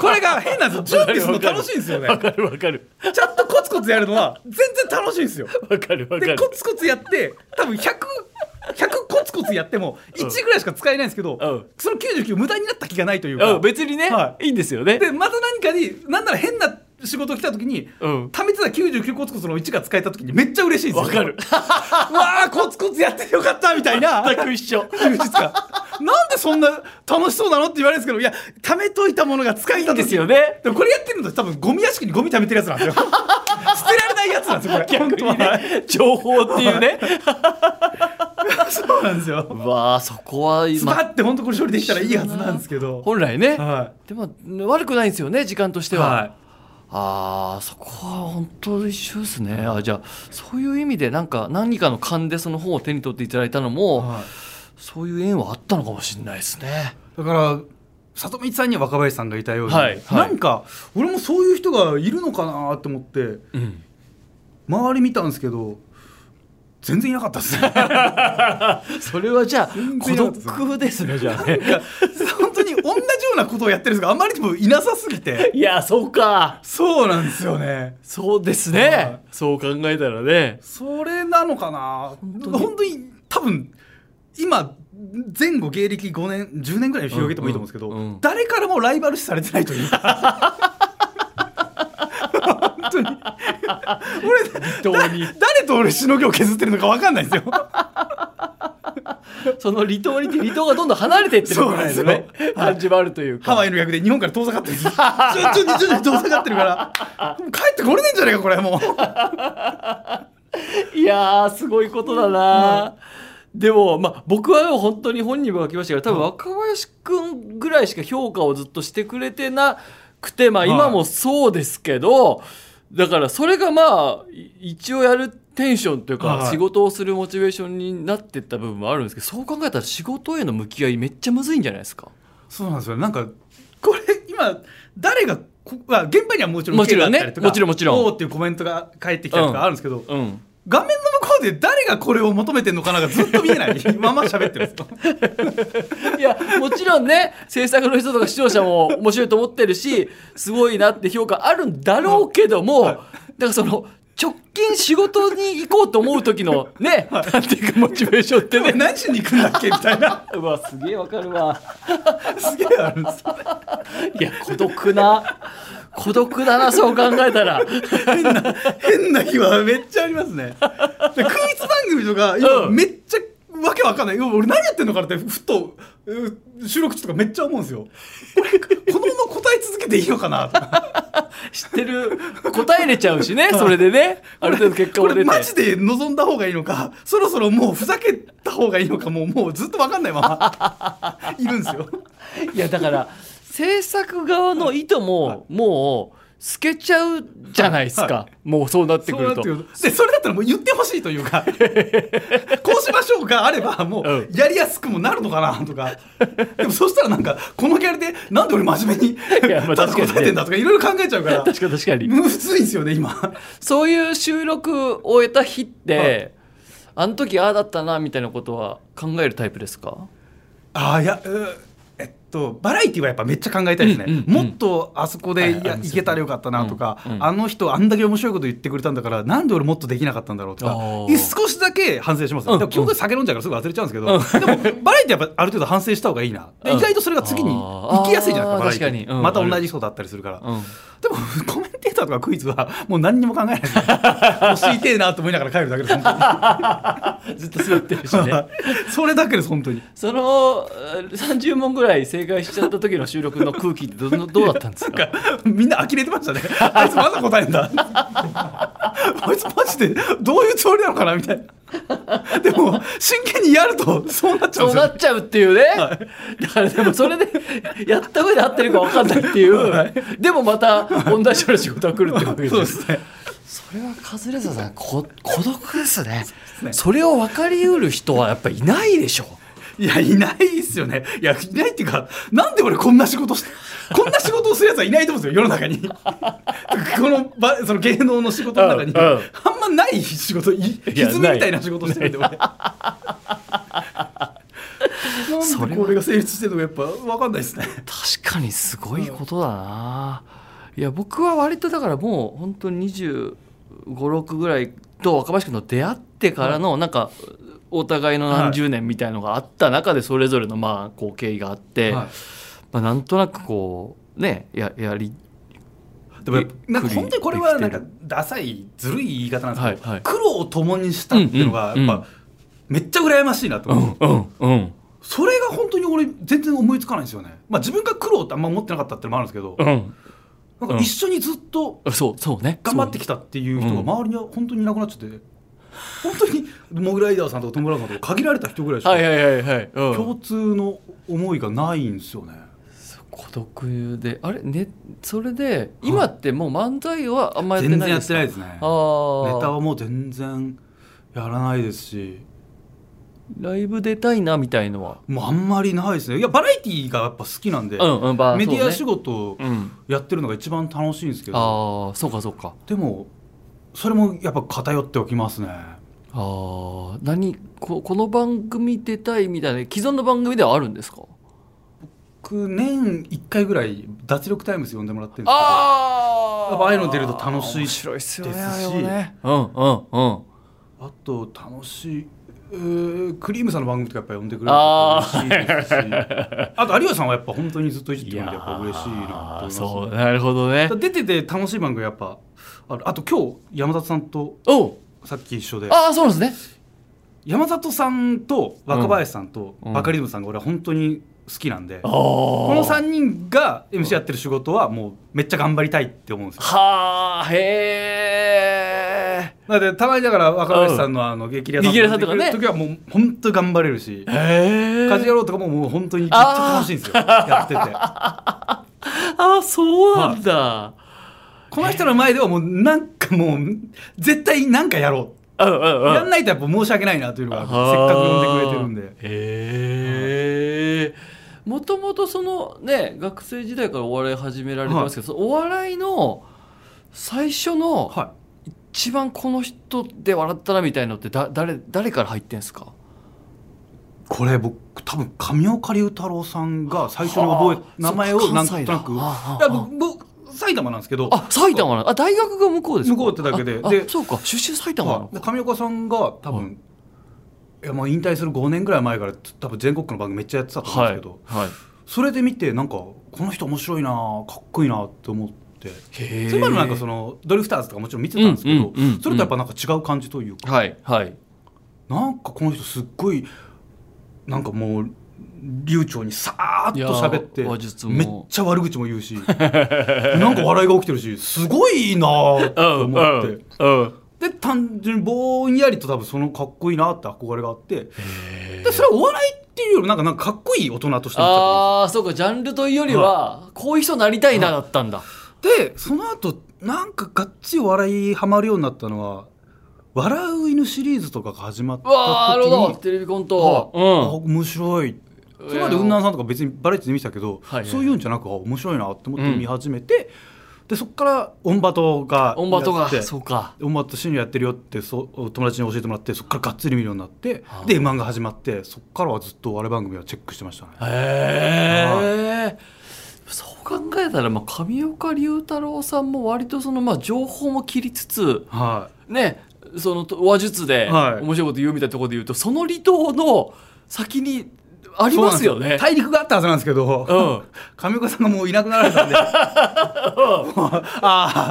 Speaker 2: これが変なんですよ。準備するの楽しいんですよね。
Speaker 1: わかるわかる。
Speaker 2: ちゃんとコツコツやるのは全然楽しいんですよ。
Speaker 1: わかるわか
Speaker 2: で、
Speaker 1: る。
Speaker 2: コツコツやって、多分100、100コツコツやっても1ぐらいしか使えないんですけど、
Speaker 1: うん
Speaker 2: その99無駄になった気がないという
Speaker 1: う
Speaker 2: か、
Speaker 1: ん、別にね、、
Speaker 2: はい
Speaker 1: いんですよね。
Speaker 2: で、また何かに、なんなら変な仕事来た時に、
Speaker 1: うん。
Speaker 2: 貯めてた99コツコツの1が使えた時にめっちゃ嬉しいんですよ。
Speaker 1: わかる。
Speaker 2: わあ、コツコツやってよかったみたいな。
Speaker 1: 全く一緒。
Speaker 2: 充実感なんでそんな楽しそうなのって言われるんですけどいや貯めといたものが使いた
Speaker 1: で
Speaker 2: 時
Speaker 1: すよね。
Speaker 2: でもこれやってるのと多分ゴミ屋敷にゴミ貯めてるやつなん ですよ捨てられないやつなんですよこれ
Speaker 1: 逆
Speaker 2: 本当
Speaker 1: に
Speaker 2: は
Speaker 1: ね、情報っていう ね。
Speaker 2: そうなんですよ
Speaker 1: わあ、そこは
Speaker 2: スパ
Speaker 1: 今、
Speaker 2: って本当これ処理できたらいいはずなんですけど
Speaker 1: 本来ね。
Speaker 2: は
Speaker 1: でも、悪くないんですよね、時間とし
Speaker 2: い
Speaker 1: ては。
Speaker 2: は
Speaker 1: ああ、そこは本当一緒ですね。あじゃあ、そういう意味で、なんか、何かの勘でその本を手に取っていただいたの
Speaker 2: い
Speaker 1: も、
Speaker 2: はい
Speaker 1: そういう縁はあったのかもしれないですね。
Speaker 2: だから里光さんには若林さんがいたように、
Speaker 1: はいはい
Speaker 2: なんか俺もそういう人がいるのかなって思って
Speaker 1: うん。
Speaker 2: 周り見たんですけど全然いなかった っすね
Speaker 1: それはじゃあ
Speaker 2: 全
Speaker 1: 孤
Speaker 2: 然やだぞ
Speaker 1: 独ですねじゃあね
Speaker 2: 本当に同じようなことをやってるんですがあまりにもいなさすぎ て
Speaker 1: いやそうか
Speaker 2: そうなんですよね
Speaker 1: そうです
Speaker 2: は
Speaker 1: ねそう考えたらね
Speaker 2: それなのかな本
Speaker 1: 当
Speaker 2: 当
Speaker 1: に
Speaker 2: に多分今前後芸歴5年10年ぐらいに広げてもいいと思うんですけど、
Speaker 1: うんうんうん
Speaker 2: 誰からもライバル視されてないという か本当に俺
Speaker 1: 離島に
Speaker 2: だ誰と俺しのぎを削ってるのか分かんないん ですよ
Speaker 1: その離島にて離島がどんどん離れていってる
Speaker 2: そう
Speaker 1: ぐ
Speaker 2: な
Speaker 1: ら
Speaker 2: んで
Speaker 1: い
Speaker 2: す
Speaker 1: の
Speaker 2: よ
Speaker 1: ね感じもあるというか
Speaker 2: ハワイの役で日本から遠ざかってる 徐々に徐々に遠ざかってるからもう帰ってこれねえんじゃねえかこれもう
Speaker 1: いやーすごいことだな、でも、まあ、僕は本当に本人も書きましたけど多分若林くんぐらいしか評価をずっとしてくれてなくて、まあ、
Speaker 2: はい
Speaker 1: 今もそうですけど、だからそれがまあい一応やるテンションというか
Speaker 2: はい
Speaker 1: 仕事をするモチベーションになってった部分もあるんですけどそう考えたら仕事への向き合いめっちゃむずいんじゃないですか
Speaker 2: そうなんですよなんかこれ今誰がこあ現場にはもちろん
Speaker 1: もちろんね
Speaker 2: 受けがあったりとか
Speaker 1: もちろんもちろん
Speaker 2: おーっていうコメントが返ってきたりと
Speaker 1: うん
Speaker 2: かあるんですけど、
Speaker 1: うん
Speaker 2: 画面の向こうで誰がこれを求めてるのかながずっと見えない まま喋ってるんですよ
Speaker 1: いやもちろんね制作の人とか視聴者も面白いと思ってるしすごいなって評価あるんだろうけども、だからその直近仕事に行こうと思う時のね、なんていうかモチベーションってね。
Speaker 2: 何しに行くんだっけみたいな
Speaker 1: うわすげえわかるわ
Speaker 2: すげえあるんですよ
Speaker 1: いや孤独な孤独だなそう考えたら
Speaker 2: 変な日はめっちゃありますねでクイズ番組とか今
Speaker 1: うん
Speaker 2: めっちゃわけわかんない今俺何やってんのかなってふとう収録中とかめっちゃ思うんですよこれこのまま答え続けていいのかなと か
Speaker 1: 知ってる答えれちゃうしねそれでねある程度結果
Speaker 2: こ
Speaker 1: も出
Speaker 2: れ
Speaker 1: て
Speaker 2: マジで望んだ方がいいのかそろそろもうふざけた方がいいのかもうもうずっとわかんないままいるんですよ
Speaker 1: いやだから制作側の意図ももう透けちゃうじゃないですか、
Speaker 2: は
Speaker 1: もうそうなってく
Speaker 2: そうな
Speaker 1: る
Speaker 2: って
Speaker 1: と
Speaker 2: くるとでそれだったらもう言ってほしいとい うかこうしましょうがあればもう
Speaker 1: う
Speaker 2: やりやすくもなるのかなとかでもそしたらなんかこのキャラでなんで俺真面目に
Speaker 1: や まあ
Speaker 2: ただ
Speaker 1: 確かにね
Speaker 2: 答えてんだとかいろいろ考えちゃうから
Speaker 1: 確かに確かに
Speaker 2: むずいんですよね今
Speaker 1: そういう収録を終えた日って、
Speaker 2: はい
Speaker 1: あの時ああだったなみたいなことは考えるタイプですか
Speaker 2: ああいやうーえっとバラエティはやっぱめっちゃ考えたいですね、
Speaker 1: うんうんうん
Speaker 2: もっとあそこ
Speaker 1: は
Speaker 2: で
Speaker 1: い
Speaker 2: い
Speaker 1: はい
Speaker 2: やいけたらよかったなとか、
Speaker 1: うんうん
Speaker 2: あの人あんだけ面白いこと言ってくれたんだからなんで俺もっとできなかったんだろうとか
Speaker 1: あー
Speaker 2: 少しだけ反省します、
Speaker 1: うん
Speaker 2: でも基本的に酒飲んじゃうからすぐ忘れちゃうんですけど、でもバラエティはやっぱある程度反省した方がいいなで
Speaker 1: うん
Speaker 2: 意外とそれが次に行きやすいじ
Speaker 1: あ
Speaker 2: ゃないですか
Speaker 1: ー
Speaker 2: バラエティ
Speaker 1: 確かにうん
Speaker 2: また同じ人だったりするから、
Speaker 1: うん
Speaker 2: でもコメンテーターとかクイズはもう何にも考えないです、ね、教えてえなと思いながら帰るだけです本
Speaker 1: ずっと滑ってるし
Speaker 2: 当に
Speaker 1: ね
Speaker 2: それだけです本当に
Speaker 1: そのえー30問ぐらい正解しちゃった時の収録の空気ってどのどうだったんですか
Speaker 2: みんな呆れてましたね。あいつまだ答えんだ。あいつマジでどういうつもりなのかなみたいな。でも真剣にやるとそうなっちゃうん
Speaker 1: そう
Speaker 2: ですよ
Speaker 1: な
Speaker 2: ね。
Speaker 1: っちゃうっていうね、だからでもそれでやった上で合ってるか分かんないっていう、でもまた同じような仕事が来るってことです
Speaker 2: そう
Speaker 1: よ
Speaker 2: ですね。
Speaker 1: それはカズレーザーさんこ孤独ですね
Speaker 2: すね
Speaker 1: それを分かりうる人はやっぱいないでしょ
Speaker 2: いやいないっすよね。いやいないっていうか、なんで俺こんな仕事して、こんな仕事をするやつはいないと思うんですよ世の中に。このばその芸能の仕事の中に、
Speaker 1: うんうん
Speaker 2: あんまない仕事、い
Speaker 1: や
Speaker 2: 歪みみたいな仕事してるんで俺。 なんでこれが成立してるのかやっぱ分かんないですね。
Speaker 1: 確かにすごいことだな、いや僕は割とだからもう本当に2 5 6ぐらいと若林君と出会ってからのなんかお互いの何十年みたいのがあった中でそれぞれのまあこう経緯があって、
Speaker 2: はい
Speaker 1: まあ、なんとなくこうねややり
Speaker 2: でも
Speaker 1: え
Speaker 2: なんか本当にこれはなんか
Speaker 1: 栗
Speaker 2: ダサいずるい言い方なんですけど、
Speaker 1: はいはい
Speaker 2: 苦労を共にしたっていうのがやっぱ、
Speaker 1: うんうんうん
Speaker 2: めっちゃ羨ましいなと
Speaker 1: う
Speaker 2: 思う、
Speaker 1: んうんうん
Speaker 2: それが本当に俺全然思いつかないんですよね、まあ、自分が苦労ってあんま思ってなかったってのもあるんですけど、
Speaker 1: うん
Speaker 2: なんか一緒にずっと
Speaker 1: そうそうね
Speaker 2: 頑張ってきたっていう人が周りには本当にいなくなっちゃって、本当にモグライダーさんとかトム・ブラウンさんとか限られた人ぐらいしか
Speaker 1: はいはいはいはい、うん
Speaker 2: 共通の思いがないんですよね、
Speaker 1: 孤独であれねそれで今ってもう漫才はあんまやって
Speaker 2: 全
Speaker 1: な
Speaker 2: 然
Speaker 1: い
Speaker 2: や
Speaker 1: で
Speaker 2: っ
Speaker 1: す
Speaker 2: て
Speaker 1: か
Speaker 2: ないですねネタ
Speaker 1: ああ
Speaker 2: はもう全然やらないですし
Speaker 1: ライブ出たいなみたいのは
Speaker 2: もうあんまりないですねいやバラエティーがやっぱ好きなんで、
Speaker 1: うんうんバー
Speaker 2: メディア
Speaker 1: そ
Speaker 2: 仕
Speaker 1: うね
Speaker 2: 事を
Speaker 1: うん
Speaker 2: やってるのが一番楽しいんですけど、
Speaker 1: ああそうかそうか
Speaker 2: でもそれもやっぱ偏っておきますね
Speaker 1: ああ何ここの番組出たいみたいな既存の番組ではあるんですか
Speaker 2: 僕年1回ぐらい「脱力タイムズ」呼んでもらってるんですけど
Speaker 1: あ
Speaker 2: やっぱああいうの出ると楽しい
Speaker 1: 面白いっすよね
Speaker 2: ですし
Speaker 1: あれもねうんうんうん
Speaker 2: あと楽しい、えークリームさんの番組とかやっぱ呼んでくれる
Speaker 1: あ
Speaker 2: と
Speaker 1: ー
Speaker 2: 嬉しいですしあと有吉さんはやっぱ本当にずっといじってくれてやっぱ嬉しいなと思い
Speaker 1: あ
Speaker 2: ます
Speaker 1: そうなるほどね
Speaker 2: 出てて楽しい番組やっぱあるあと今日山里さんと
Speaker 1: おう
Speaker 2: さっき一緒で
Speaker 1: ああそうなんですね
Speaker 2: 山里さんと若林さんと
Speaker 1: うん
Speaker 2: バカリズムさんが俺は本当に好きなんで、
Speaker 1: ああ
Speaker 2: こ
Speaker 1: こ
Speaker 2: の3人が MC やってる仕事はもうめっちゃ頑張りたいって思うんですよ
Speaker 1: はあへえ
Speaker 2: なのでた まにだから若林さんのあの激レアさん
Speaker 1: 激レアさんとかね
Speaker 2: 出てくる時はもう本当に頑張れるし
Speaker 1: へえ
Speaker 2: 家事やろうとかももう本当にめっちゃ楽しいんですよやってて
Speaker 1: あそうなんだ、
Speaker 2: この人の前ではもうなんかもう絶対なんかやろ
Speaker 1: うんうん
Speaker 2: う
Speaker 1: うん
Speaker 2: やんないとやっぱ申し訳ないなというのがあるせっかく呼んでくれてるんで
Speaker 1: あーへえもともとそのね学生時代からお笑い始められてますけど、そのお笑いの最初の
Speaker 2: はい
Speaker 1: 一番この人で笑ったなみたいのってだ誰誰から入ってんすか
Speaker 2: これ僕多分神岡龍太郎さんが最初に覚
Speaker 1: はあ
Speaker 2: え名前をなんと
Speaker 1: そっ
Speaker 2: な
Speaker 1: か
Speaker 2: く
Speaker 1: 関西だああ
Speaker 2: いや僕僕埼玉なんですけど
Speaker 1: あ埼玉なのあ大学が向こうですか
Speaker 2: 向こうってだけで
Speaker 1: ああ
Speaker 2: で
Speaker 1: そうか出身埼玉なの
Speaker 2: はいで神岡さんが多分いやもう引退する5年ぐらい前から多分全国区の番組めっちゃやってたと思うんですけど、
Speaker 1: はい
Speaker 2: それで見てなんかこの人面白いなかっこいいなって思って
Speaker 1: へえ
Speaker 2: それまでもなんかそのドリフターズとかもちろん見てたんですけ
Speaker 1: う
Speaker 2: ど、
Speaker 1: んうんうん
Speaker 2: それとやっぱなんか違う感じというか、
Speaker 1: はいはい
Speaker 2: なんかこの人すっごいなんかもう流暢にさーっと喋って
Speaker 1: いや話術も
Speaker 2: めっちゃ悪口も言うし なんか笑いが起きてるしすごいなーって思って、
Speaker 1: うん
Speaker 2: で単純にぼんやりと多分そのかっこいいなって憧れがあってでそれはお笑いっていうよりなんかなんかかっこいい大人として見てたと思うんですよ
Speaker 1: ああそうかジャンルというよりはこういう人になりたいなだったんだ
Speaker 2: でその後なんかがっちりお笑いハマるようになったのは「笑う犬」シリーズとかが始まった
Speaker 1: うわあな
Speaker 2: 時
Speaker 1: る
Speaker 2: に
Speaker 1: ほどテレビコント
Speaker 2: はいあ
Speaker 1: うん
Speaker 2: 面白いそれまで雲南さんとか別にバラエティで見てたけど、
Speaker 1: はいはい
Speaker 2: そういうんじゃなくあ面白いなって思って見始めて、でそこからオンバトが
Speaker 1: オンバト
Speaker 2: やっ
Speaker 1: が
Speaker 2: て
Speaker 1: そうか
Speaker 2: オンバトシニアやってるよってそう友達に教えてもらってそこからがっつり見るようになって、
Speaker 1: はあ
Speaker 2: で M−1 が始まってそこからはずっとお笑い番組はチェックしてましたね
Speaker 1: へえそう考えたらまあ上岡龍太郎さんも割とそのまあ情報も切りつつ
Speaker 2: は
Speaker 1: ねそのと話術で
Speaker 2: はい
Speaker 1: 面白いこと言うみたいなところで言うとその離島の先にあ
Speaker 2: い
Speaker 1: りますよね
Speaker 2: そうなんです大陸があったはずなんですけ
Speaker 1: う
Speaker 2: ど、
Speaker 1: ん
Speaker 2: 上岡さんがもういなくなられたんでもうあ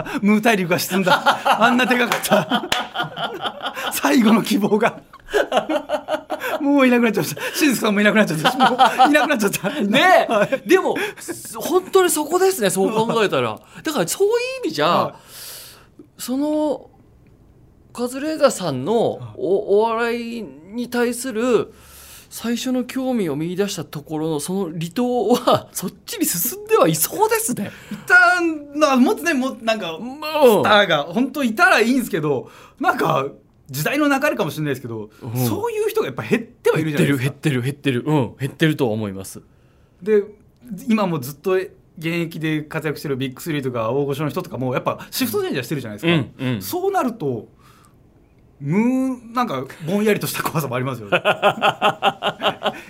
Speaker 2: あムー大陸が沈んだあんなでかかった最後の希望がもういなくなっちゃいましたしずさんもいなくなっちゃったしもういなくなっちゃった
Speaker 1: ねえ、でも、す本当にそこですね、そう考えたら。だから、そういう意味じゃ
Speaker 2: は、
Speaker 1: その、カズレーザーさんのおお笑いに対する最初の興味を見出したところの、その離島 は、そっちに進んではいそうですね。
Speaker 2: いたなもっとねもっとなんか
Speaker 1: う
Speaker 2: ス
Speaker 1: ん
Speaker 2: ターが本当いたらいいんですけどなんか時代の流れかもしれないですけど、
Speaker 1: うん
Speaker 2: そういう人がやっぱ減ってはいる
Speaker 1: 減
Speaker 2: じ
Speaker 1: っ
Speaker 2: ゃな
Speaker 1: てる、
Speaker 2: いですか
Speaker 1: 減ってる、減ってる。うん、減ってると思います。
Speaker 2: で今もずっと現役で活躍してるビッグスリーとか大御所の人とかもやっぱシフトチェンジャーしてるじゃないですか、
Speaker 1: うんうん
Speaker 2: そうなるとむーなんかぼんやりとした怖さもありますよね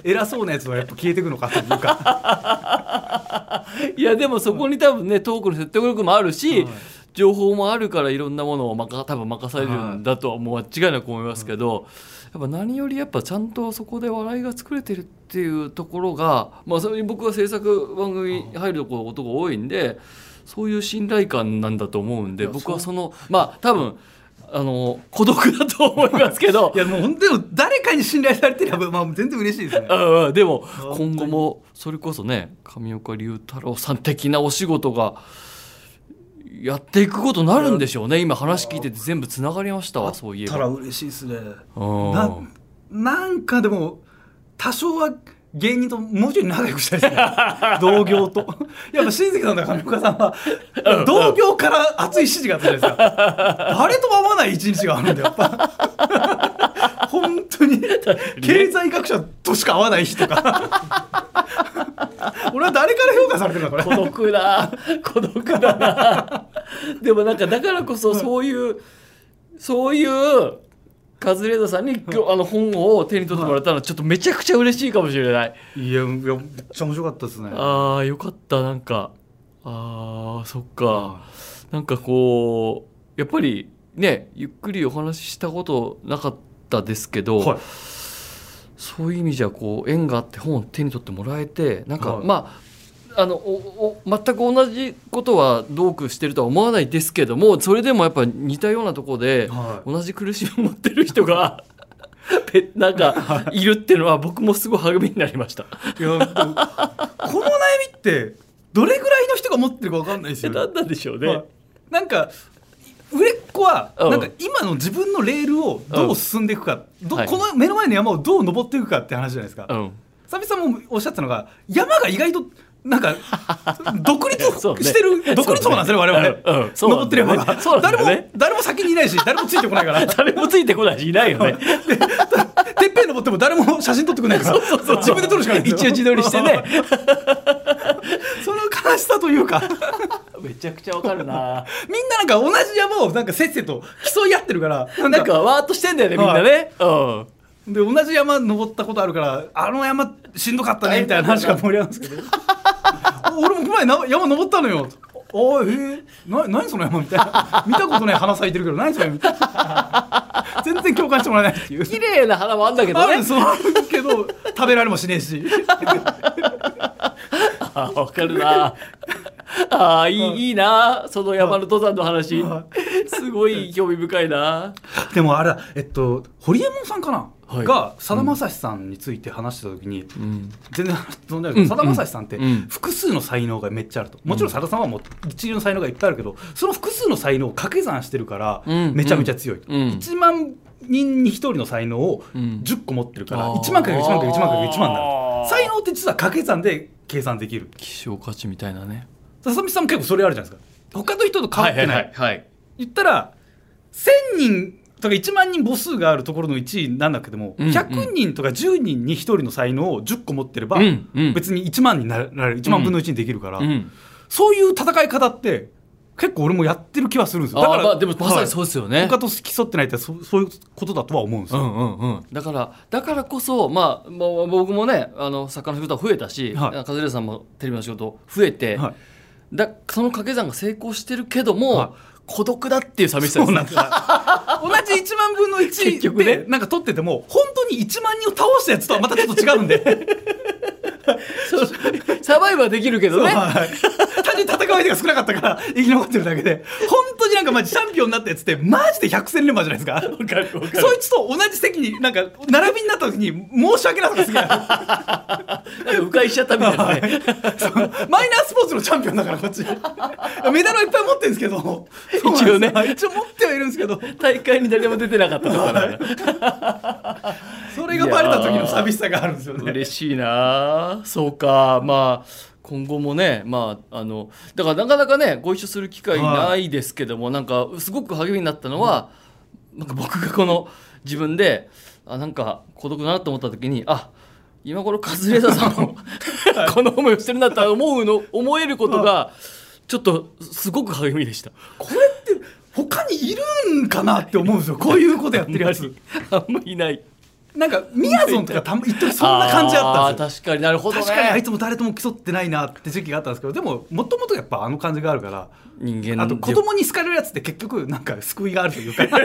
Speaker 2: 偉そうなやつはやっぱ消えてくのかというか
Speaker 1: いやでもそこに多分ねトークの説得力もあるし、
Speaker 2: はい
Speaker 1: 情報もあるからいろんなものをまか多分任されるんだとはもう間違いなく思いますけど、やっぱ何よりやっぱちゃんとそこで笑いが作れてるっていうところが、まあ、それに僕は制作番組入るとこことが多いんでそういう信頼感なんだと思うんで
Speaker 2: いや
Speaker 1: 僕は
Speaker 2: そ
Speaker 1: そのまあ多分あの孤独だと思いますけど
Speaker 2: いやもう本当に誰かに信頼されてれば、まあ、全然嬉しいですね
Speaker 1: うんうんでも
Speaker 2: 本当
Speaker 1: 今
Speaker 2: に
Speaker 1: 後もそれこそね上岡龍太郎さん的なお仕事がやっていくことになるんでしょうね今話聞いてて全部つながりましたわそういえ
Speaker 2: た
Speaker 1: ば
Speaker 2: ら。嬉しいですね
Speaker 1: うん
Speaker 2: ななんかでも多少は芸人ともうちょい仲良くしたい ですね同業と やっぱ親戚さんとか上岡さんは同業から熱い指示があったじゃないですか 誰とも合わない一日があるんだよやっぱ 本当に経済学者としか合わない日 とか俺は誰から評価されてるんだこれ
Speaker 1: 孤独だ 孤独だ なでもなんかだからこそそういうそういうカズレーザーさんに今日あの本を手に取ってもらったのはちょっとめちゃくちゃ嬉しいかもしれない
Speaker 2: いやいやめっちゃ面白かったですね
Speaker 1: あーよかったなんかあーそっかなんかこうやっぱりねゆっくりお話ししたことなかったですけど、
Speaker 2: はい
Speaker 1: そういう意味じゃこう縁があって本を手に取ってもらえてなんか、
Speaker 2: はい
Speaker 1: まああのおお全く同じことは同苦してるとは思わないですけどもそれでもやっぱ似たようなところで
Speaker 2: はい
Speaker 1: 同じ苦しみを持ってる人が ペなんかいるっていうのは僕もすごい励みになりました。
Speaker 2: いやでもこの悩みってどれぐらいの人が持ってるか分かんないです
Speaker 1: え
Speaker 2: よね
Speaker 1: なんなんでしょうね。
Speaker 2: はいなんか売れっ子は
Speaker 1: うん
Speaker 2: なんか今の自分のレールをどう進んでいくか、ど
Speaker 1: はい
Speaker 2: この目の前の山をどう登っていくかって話じゃないですか、
Speaker 1: うん
Speaker 2: 久々さんもおっしゃってたのが山が意外とな んか独立
Speaker 1: そうね
Speaker 2: してる、独立もなんですね我々、
Speaker 1: うんうんそうな
Speaker 2: 登
Speaker 1: ん
Speaker 2: っ
Speaker 1: だ
Speaker 2: てる
Speaker 1: よね
Speaker 2: 山が、
Speaker 1: そうなんだ
Speaker 2: 誰
Speaker 1: よ
Speaker 2: も
Speaker 1: ね
Speaker 2: 誰も先にいないし誰もついてこないからて
Speaker 1: 誰もついてこないしいないよね。
Speaker 2: っぺん登っても誰も写真撮ってくれないから自分で撮るしかないんです
Speaker 1: 一応
Speaker 2: よ
Speaker 1: 自撮りしてね。
Speaker 2: その悲しさというかみ ん
Speaker 1: めちゃくちゃわかるな。
Speaker 2: ななんか同じ山をなんかせっせと競い合ってるからな ん
Speaker 1: なんかわーっとしてんだよねみんなね。うん。
Speaker 2: で同じ山登ったことあるからあの山しんどかったねみたいな話が盛り上がるんですけど 俺もこの前な山登ったのよおいえー、な何その山みたいな見たことない花咲いてるけど何それみたいな全然共感してもらえないっていう
Speaker 1: 綺麗な花もあんだけど
Speaker 2: あ
Speaker 1: ね
Speaker 2: る。そうあるけど食べられもしねえし
Speaker 1: あわかるな。あーいいいいなその山の登山の話
Speaker 2: は
Speaker 1: すごい興味深いな
Speaker 2: でもあれえっと堀エモ門さんかな、
Speaker 1: はい
Speaker 2: がさだまさしさんについて話してた時に、
Speaker 1: うん
Speaker 2: 全然話飛んでないけどさだまさしさんって
Speaker 1: うん
Speaker 2: 複数の才能がめっちゃあるともちろんさださんはもう一流の才能がいっぱいあるけどその複数の才能を掛け算してるから
Speaker 1: うん
Speaker 2: めちゃめちゃ強いと、
Speaker 1: うん
Speaker 2: 1万人に1人の才能を
Speaker 1: うん
Speaker 2: 10個持ってるから
Speaker 1: あー
Speaker 2: 1万かける1万かける1万かける1万にな
Speaker 1: あー
Speaker 2: る才能って実は掛け算で計算できる
Speaker 1: 希少価値みたいなね
Speaker 2: ささみさんも結構それあるじゃないですか他の人と変
Speaker 1: は
Speaker 2: わっ
Speaker 1: い
Speaker 2: て
Speaker 1: は
Speaker 2: ないい,、
Speaker 1: はいはい
Speaker 2: 言ったら1000人とか1万人母数があるところの1位になんなくても、
Speaker 1: うんうん
Speaker 2: 100人とか10人に1人の才能を10個持ってれば、
Speaker 1: うんうん
Speaker 2: 別に1万になれる1万分の1にできるから、
Speaker 1: うん
Speaker 2: そういう戦い方って結構俺もやってる気はするんですよ
Speaker 1: あーまあでもまさに
Speaker 2: う、
Speaker 1: そうですよ
Speaker 2: はい
Speaker 1: ね
Speaker 2: 他と競ってないってそそういうことだとは思うんです
Speaker 1: う
Speaker 2: よ、
Speaker 1: んうんうん、だからだからこそ、まあ、もう僕もねあの作家の仕事は増えたし、
Speaker 2: はい
Speaker 1: カズレーザーさんもテレビの仕事増えて、
Speaker 2: はい
Speaker 1: だその掛け算が成功してるけども、
Speaker 2: はい
Speaker 1: 孤独だっていう寂しさです
Speaker 2: そう
Speaker 1: ね
Speaker 2: なんですよ 同じ1万分の
Speaker 1: 結
Speaker 2: 1
Speaker 1: 局ね
Speaker 2: でなんか取ってても本当に1万人を倒したやつとはまたちょっと違う んで
Speaker 1: そうサバイブはできるけどね
Speaker 2: はい単純に戦い手が少なかったから 生き残ってるだけで本当になんかマジチャンピオンになったやつってマジで100戦連覇じゃないですか
Speaker 1: わかるわか
Speaker 2: そいつと同じ席になんか並びになった時に申し訳なさがすぎ
Speaker 1: なん
Speaker 2: る
Speaker 1: か迂回しち ゃったみたいなね
Speaker 2: そうマイナースポーツのチャンピオンだからこっ ちメダルはいっぱい持ってるんですけど
Speaker 1: 一応ね
Speaker 2: そうなんですよ一応持ってはいるんですけど
Speaker 1: 大会に誰も出てなかったとかね
Speaker 2: それがバレた時の寂しさがあるんですよ ね
Speaker 1: 嬉しいなあそうかまあ今後もねまああのだからなかなかねご一緒する機会ないですけども、なんかすごく励みになったのは、なんか僕がこの自分であなんか孤独だなと思った時にあ今頃カズレーザーさんも この思いをしてるなと思うの思えることがちょっとすごく励みでした。
Speaker 2: これって他にいるんかなって思うんですよこういうことやってる やつ
Speaker 1: あんまりいない。
Speaker 2: なんかみやぞんとかたま一時そんな感じだったんです
Speaker 1: あー確
Speaker 2: よ
Speaker 1: かになるほどね。
Speaker 2: 確かにあいつも誰とも競ってないなって時期があったんですけどでももともとやっぱあの感じがあるから
Speaker 1: 人間
Speaker 2: あと子供に好かれるやつって結局なんか救いがあると いうかそう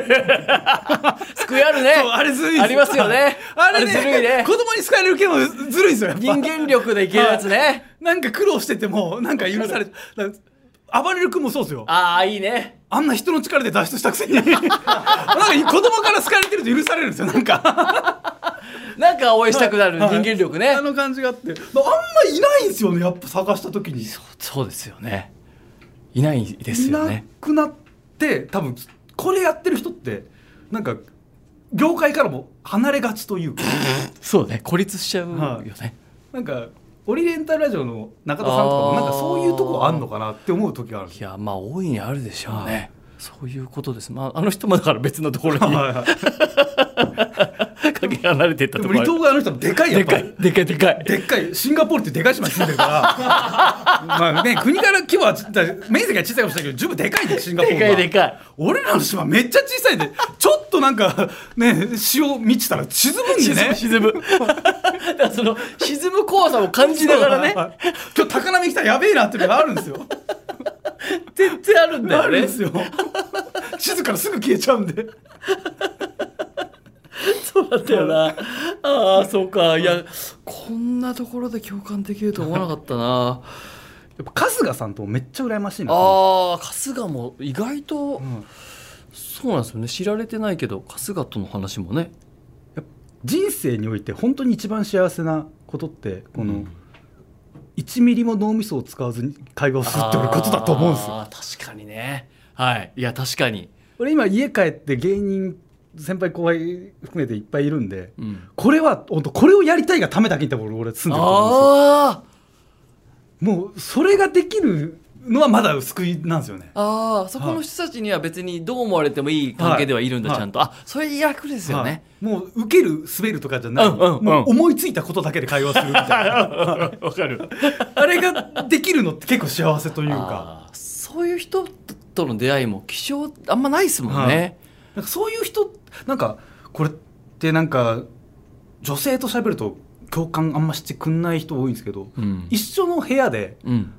Speaker 1: 救いある ね。
Speaker 2: あれずるいです
Speaker 1: ありますよね
Speaker 2: あ
Speaker 1: あれ
Speaker 2: れ,、ね、
Speaker 1: ずるいね
Speaker 2: 子供に好かれるけどずるいですよやっぱ
Speaker 1: 人間力でいけるやつね。
Speaker 2: なんか苦労しててもなんか許されて暴れる君もそうですよあ
Speaker 1: ああ、いいね。
Speaker 2: んな人の力で脱出したくせになんか子供から好かれてると許されるんですよなんか
Speaker 1: なんか応援したくなる人間力ね
Speaker 2: あ。の感じがあってあんまいないんですよねやっぱ探した時に
Speaker 1: そうですよね。いないです
Speaker 2: い
Speaker 1: よ
Speaker 2: な
Speaker 1: ね。
Speaker 2: くなって多分これやってる人ってなんか業界からも離れがちというか
Speaker 1: そうね。孤立しちゃうよね。
Speaker 2: なんかオリエンタルラジオの中田さんとかも
Speaker 1: あー
Speaker 2: なんかそういうとこあんのかなって思う時があるんで
Speaker 1: い、
Speaker 2: すよ
Speaker 1: や、まあ、大いにあるでしょうね。 そういうことです。まあ、あの人もだから別のところに
Speaker 2: はいはい
Speaker 1: かけに離れていった
Speaker 2: で
Speaker 1: と
Speaker 2: も
Speaker 1: ころ
Speaker 2: 離島があの人もでかいや
Speaker 1: で
Speaker 2: っぱ
Speaker 1: か
Speaker 2: り
Speaker 1: いでかいでかい
Speaker 2: でっかいシンガポールってでかい島に住んでるから まあね国から規模はちだ面積は小さいかもしれないけど十分でかいでシンガポー
Speaker 1: で
Speaker 2: ル
Speaker 1: か
Speaker 2: は
Speaker 1: で
Speaker 2: い
Speaker 1: かい
Speaker 2: 俺らの島めっちゃ小さいでちょっとなんかね潮満ちたら沈むんでね
Speaker 1: 沈むだからその沈む怖さを感じながらね
Speaker 2: 今日高波来たらやべえなっていうのがあるんですよ
Speaker 1: 全然あるんだ
Speaker 2: あ
Speaker 1: よ
Speaker 2: るん
Speaker 1: ね
Speaker 2: ですよ地図からすぐ消えちゃうんで
Speaker 1: そうだったよ なああそうかいやこんなところで共感できると思わなかったな
Speaker 2: やっぱ春日さんとめっちゃ羨ましいなと思って
Speaker 1: あー春日も意外と、
Speaker 2: ん
Speaker 1: そうなんですよね知られてないけど春日との話もね
Speaker 2: 人生において本当に一番幸せなことってこ
Speaker 1: う
Speaker 2: の
Speaker 1: ん
Speaker 2: 1ミリも脳みそを使わずに会話をするって俺ことだと思うんですよ
Speaker 1: あー確かにねはいいや確かに、
Speaker 2: 俺今家帰って芸人先輩後輩含めていっぱいいるんで
Speaker 1: うん、
Speaker 2: これは本当これをやりたいがためだけに多分俺住んでると思うんですよ
Speaker 1: あー
Speaker 2: もうそれができるのはまだ救いなんですよね
Speaker 1: あーそこの人たちには別にどう思われてもいい関係ではいるんだ、
Speaker 2: はい
Speaker 1: ちゃんと、あそれ役ですよね、
Speaker 2: はいもう受ける滑るとかじゃない、
Speaker 1: うんうんうん
Speaker 2: もう思いついたことだけで会話するみたい な
Speaker 1: わかる
Speaker 2: あれができるのって結構幸せというか
Speaker 1: あーそういう人との出会いも希少あんまないですもんね、
Speaker 2: なんかそういう人なんかこれってなんか女性と喋ると共感あんましてくんない人多いんですけど、
Speaker 1: うん
Speaker 2: 一緒の部屋で
Speaker 1: うん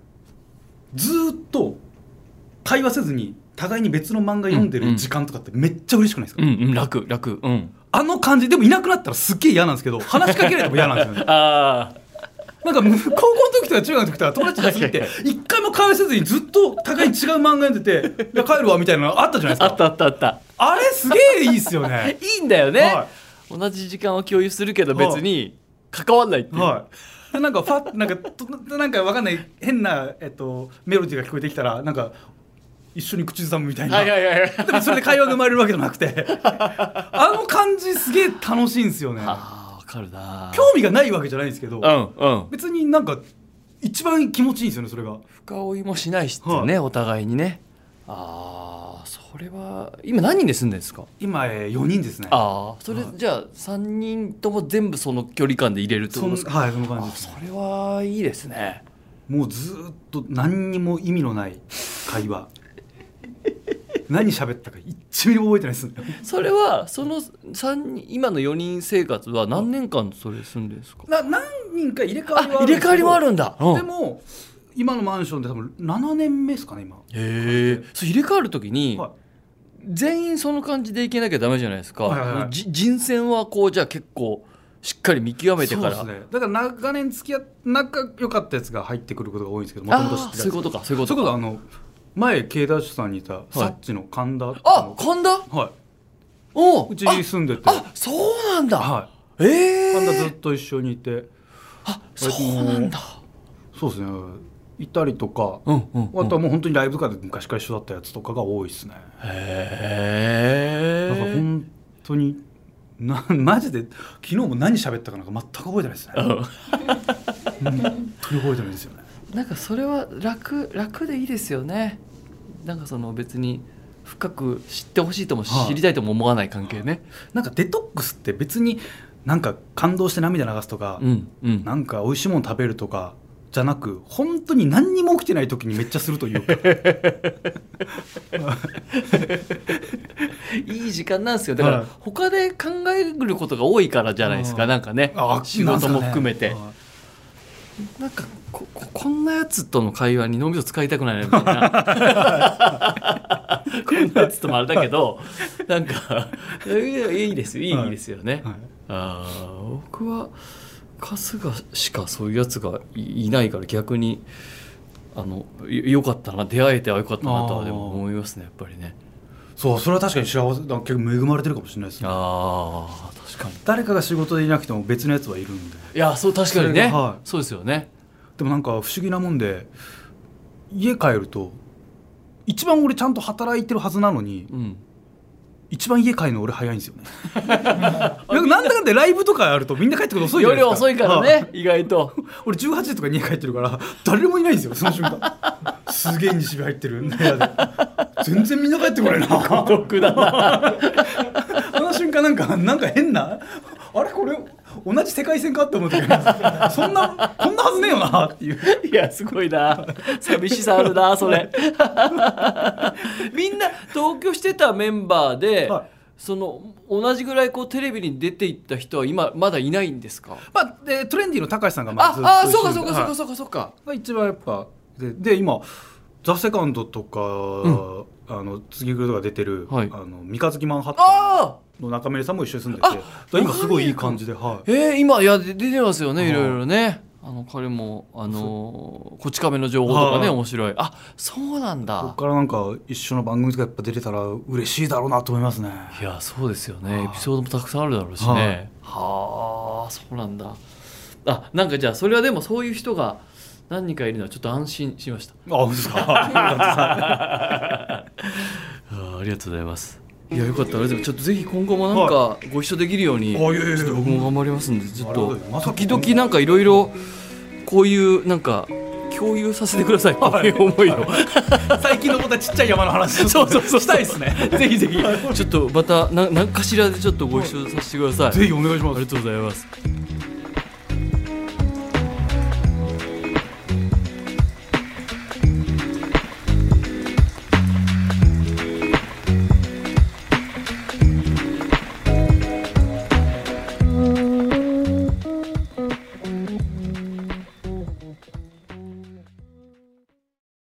Speaker 2: ずーっと会話せずに互いに別の漫画読んで
Speaker 1: うんう
Speaker 2: る
Speaker 1: ん
Speaker 2: 時間とかってめっちゃ嬉しくないですか、
Speaker 1: うんうん楽楽うん
Speaker 2: あの感じでもいなくなったらすっげえ嫌なんですけど話しかけられても嫌なんですよね
Speaker 1: ああ
Speaker 2: なんかもう高校の時とか中学の時とか友達とすぎて一回も会話せずにずっと互いに違う漫画読んでて「いや帰るわ」みたいなのあったじゃないです
Speaker 1: あったあ
Speaker 2: か
Speaker 1: ったあった
Speaker 2: あれすげえいいっすよね
Speaker 1: いいんだよね、
Speaker 2: は
Speaker 1: 同じ時間を共有するけど別に関わんないっていう、
Speaker 2: はいでなんかファなんかとなんかわかんない変な、えっと、メロディーが聞こえてきたらなんか一緒に口ずさむみたいな、
Speaker 1: はいはいはいはい
Speaker 2: でもそれで会話が生まれるわけじゃなくてあの感じすげえ楽しいんですよね
Speaker 1: ああわかるな
Speaker 2: 興味がないわけじゃないんですけど
Speaker 1: うんうん
Speaker 2: 別になんか一番気持ちいいんですよねそれが。
Speaker 1: 深追いもしないしっていうね、お互いにねああそれは今何人で住んでるんですか
Speaker 2: 今、えー、4人ですね
Speaker 1: ああそれ、
Speaker 2: はい
Speaker 1: じゃあ3人とも全部その距離感で入れるってこ
Speaker 2: そ
Speaker 1: と
Speaker 2: ん
Speaker 1: ですか
Speaker 2: はいその感じ
Speaker 1: あ
Speaker 2: です
Speaker 1: それはいいですね
Speaker 2: もうずーっと何にも意味のない会話 何喋ったか一ミリも覚えてないで す
Speaker 1: それはその三人今の4人生活は何年間それ住んでるんですか
Speaker 2: な何人か入れ替
Speaker 1: あ入れ替わりもあ
Speaker 2: るん
Speaker 1: るんだ、
Speaker 2: ですけど
Speaker 1: うん
Speaker 2: でも今のマンションで多分7年目ですかね今、
Speaker 1: へえそう入れ替わる時に、
Speaker 2: はい
Speaker 1: 全員その感じでいけなきゃダメじゃないですか、
Speaker 2: はいはいはい
Speaker 1: じ人選はこうじゃあ結構しっかり見極めてから
Speaker 2: そうですねだから長年付き合っ仲良かったやつが入ってくることが多いんですけどもともと知
Speaker 1: あ
Speaker 2: って
Speaker 1: あ
Speaker 2: た
Speaker 1: そういうことかそういうこ
Speaker 2: そ
Speaker 1: と
Speaker 2: う
Speaker 1: か
Speaker 2: いうことあの前 K ダッシュさんにいたサッチの神田っていう
Speaker 1: あ
Speaker 2: の
Speaker 1: 神田
Speaker 2: はい
Speaker 1: おう
Speaker 2: うち
Speaker 1: あ
Speaker 2: 住んでて
Speaker 1: あそうなんだ、
Speaker 2: は
Speaker 1: ええ
Speaker 2: い神田ずっ
Speaker 1: ー、
Speaker 2: と一緒にいて
Speaker 1: あそうなんだ
Speaker 2: そうですねいたりとか
Speaker 1: うんうん、
Speaker 2: あとはもう本当にライブとかで昔から一緒だったやつとかが多いですね。
Speaker 1: へ
Speaker 2: なん
Speaker 1: え
Speaker 2: か本当になマジで昨日も何喋ったかなんか全く覚えてないですね。本当に覚えてないですよね。
Speaker 1: なんかそれは楽楽でいいですよねなんかその別に深く知ってほしいとも
Speaker 2: はい
Speaker 1: 知りたいとも思わない関係ね、
Speaker 2: なんかデトックスって別になんか感動して涙流すとか、
Speaker 1: うんうん
Speaker 2: なんか美味しいもの食べるとかじゃなく本当に何にも起きてない時にめっちゃすると いうか
Speaker 1: いい時間なんですよだから
Speaker 2: はい
Speaker 1: 他で考えることが多いからじゃないですか、
Speaker 2: うん
Speaker 1: なんかね
Speaker 2: あ
Speaker 1: 仕事も含めて
Speaker 2: な
Speaker 1: なんん,、
Speaker 2: すかねはい
Speaker 1: かこここんなやつとの会話に脳みそ使いたくないなみたい なこんなやつともあれだけどなんかいやいいですよいい,、
Speaker 2: はい
Speaker 1: ですよね、
Speaker 2: はい
Speaker 1: あー僕は春日しかそういうやつがいいないから逆にあのよよかったな出会えてはよかったなとはでも思いますねやっぱりね
Speaker 2: そうそれは確かに幸せだ結構恵まれてるかもしれないですね。
Speaker 1: あー確かに
Speaker 2: 誰かが仕事でいなくても別のやつはいるんで。
Speaker 1: いやそう確かにね
Speaker 2: それがはい
Speaker 1: そうですよね
Speaker 2: でもなんか不思議なもんで家帰ると一番俺ちゃんと働いてるはずなのに
Speaker 1: うん
Speaker 2: 一番家帰るの俺早いんですよ ねなんかなんだかんだライブとかあるとみんな帰ってくるの遅いじゃない
Speaker 1: 夜
Speaker 2: ですか
Speaker 1: 遅いから
Speaker 2: はい
Speaker 1: ね意外と
Speaker 2: 俺18時とかに家帰ってるから誰もいないんですよその瞬間すげえ西日入ってる部屋で全然みんな帰ってこないな
Speaker 1: 孤独だな
Speaker 2: あの瞬間なんかなんか変なああれこれ同じ世界線かって思ったけどそんなこんなはずねえよなっていう
Speaker 1: いやすごいな寂しさある なそれみんな同居してたメンバーで、
Speaker 2: はい
Speaker 1: その同じぐらいこうテレビに出ていった人は今まだいないんですか
Speaker 2: まあでトレンディの高橋さんがまずっと
Speaker 1: ああ
Speaker 2: 一緒
Speaker 1: そうかそうか
Speaker 2: にはい
Speaker 1: そうかそうかそうか
Speaker 2: が一番やっぱでで今「ザ・セカンドとか、あの月黒とか出てる、
Speaker 1: はい
Speaker 2: あの三日月マンハッタ
Speaker 1: ああ
Speaker 2: ンの中村さんも一緒に住んでてだから今すごいいい感じで、はい、
Speaker 1: えー、今いやで出てますよね、
Speaker 2: はい
Speaker 1: いろいろねあの彼もあのーこち亀の情報とか
Speaker 2: は
Speaker 1: ね
Speaker 2: い
Speaker 1: 面白いあそうなん
Speaker 2: ここ
Speaker 1: だ
Speaker 2: からなんか一緒の番組とかやっぱ出れたら嬉しいだろうなと思いますね
Speaker 1: いやそうですよね
Speaker 2: い
Speaker 1: エピソードもたくさんあるだろうしねはあそうなんだあなんかじゃあそれはでもそういう人が何人かいるのはちょっと安心しました
Speaker 2: あ本当です か
Speaker 1: あありがとうございますいやよかったらでもちょっとぜひ今後もなんかご一緒できるように、
Speaker 2: あいやいやいや
Speaker 1: ちょっと僕も頑張りますんでちょっ
Speaker 2: あ
Speaker 1: と
Speaker 2: りがとうございます
Speaker 1: 時々なんかいろいろこういうなんか共有させてください、こういう思いを。
Speaker 2: 最近のことはちっちゃい山の 話
Speaker 1: そうそうそう
Speaker 2: したいですね
Speaker 1: ぜひぜひ、ちょっとまた、な、なんかしらでちょっとご一緒させてください。
Speaker 2: ぜひお願いします
Speaker 1: ありがとうございます。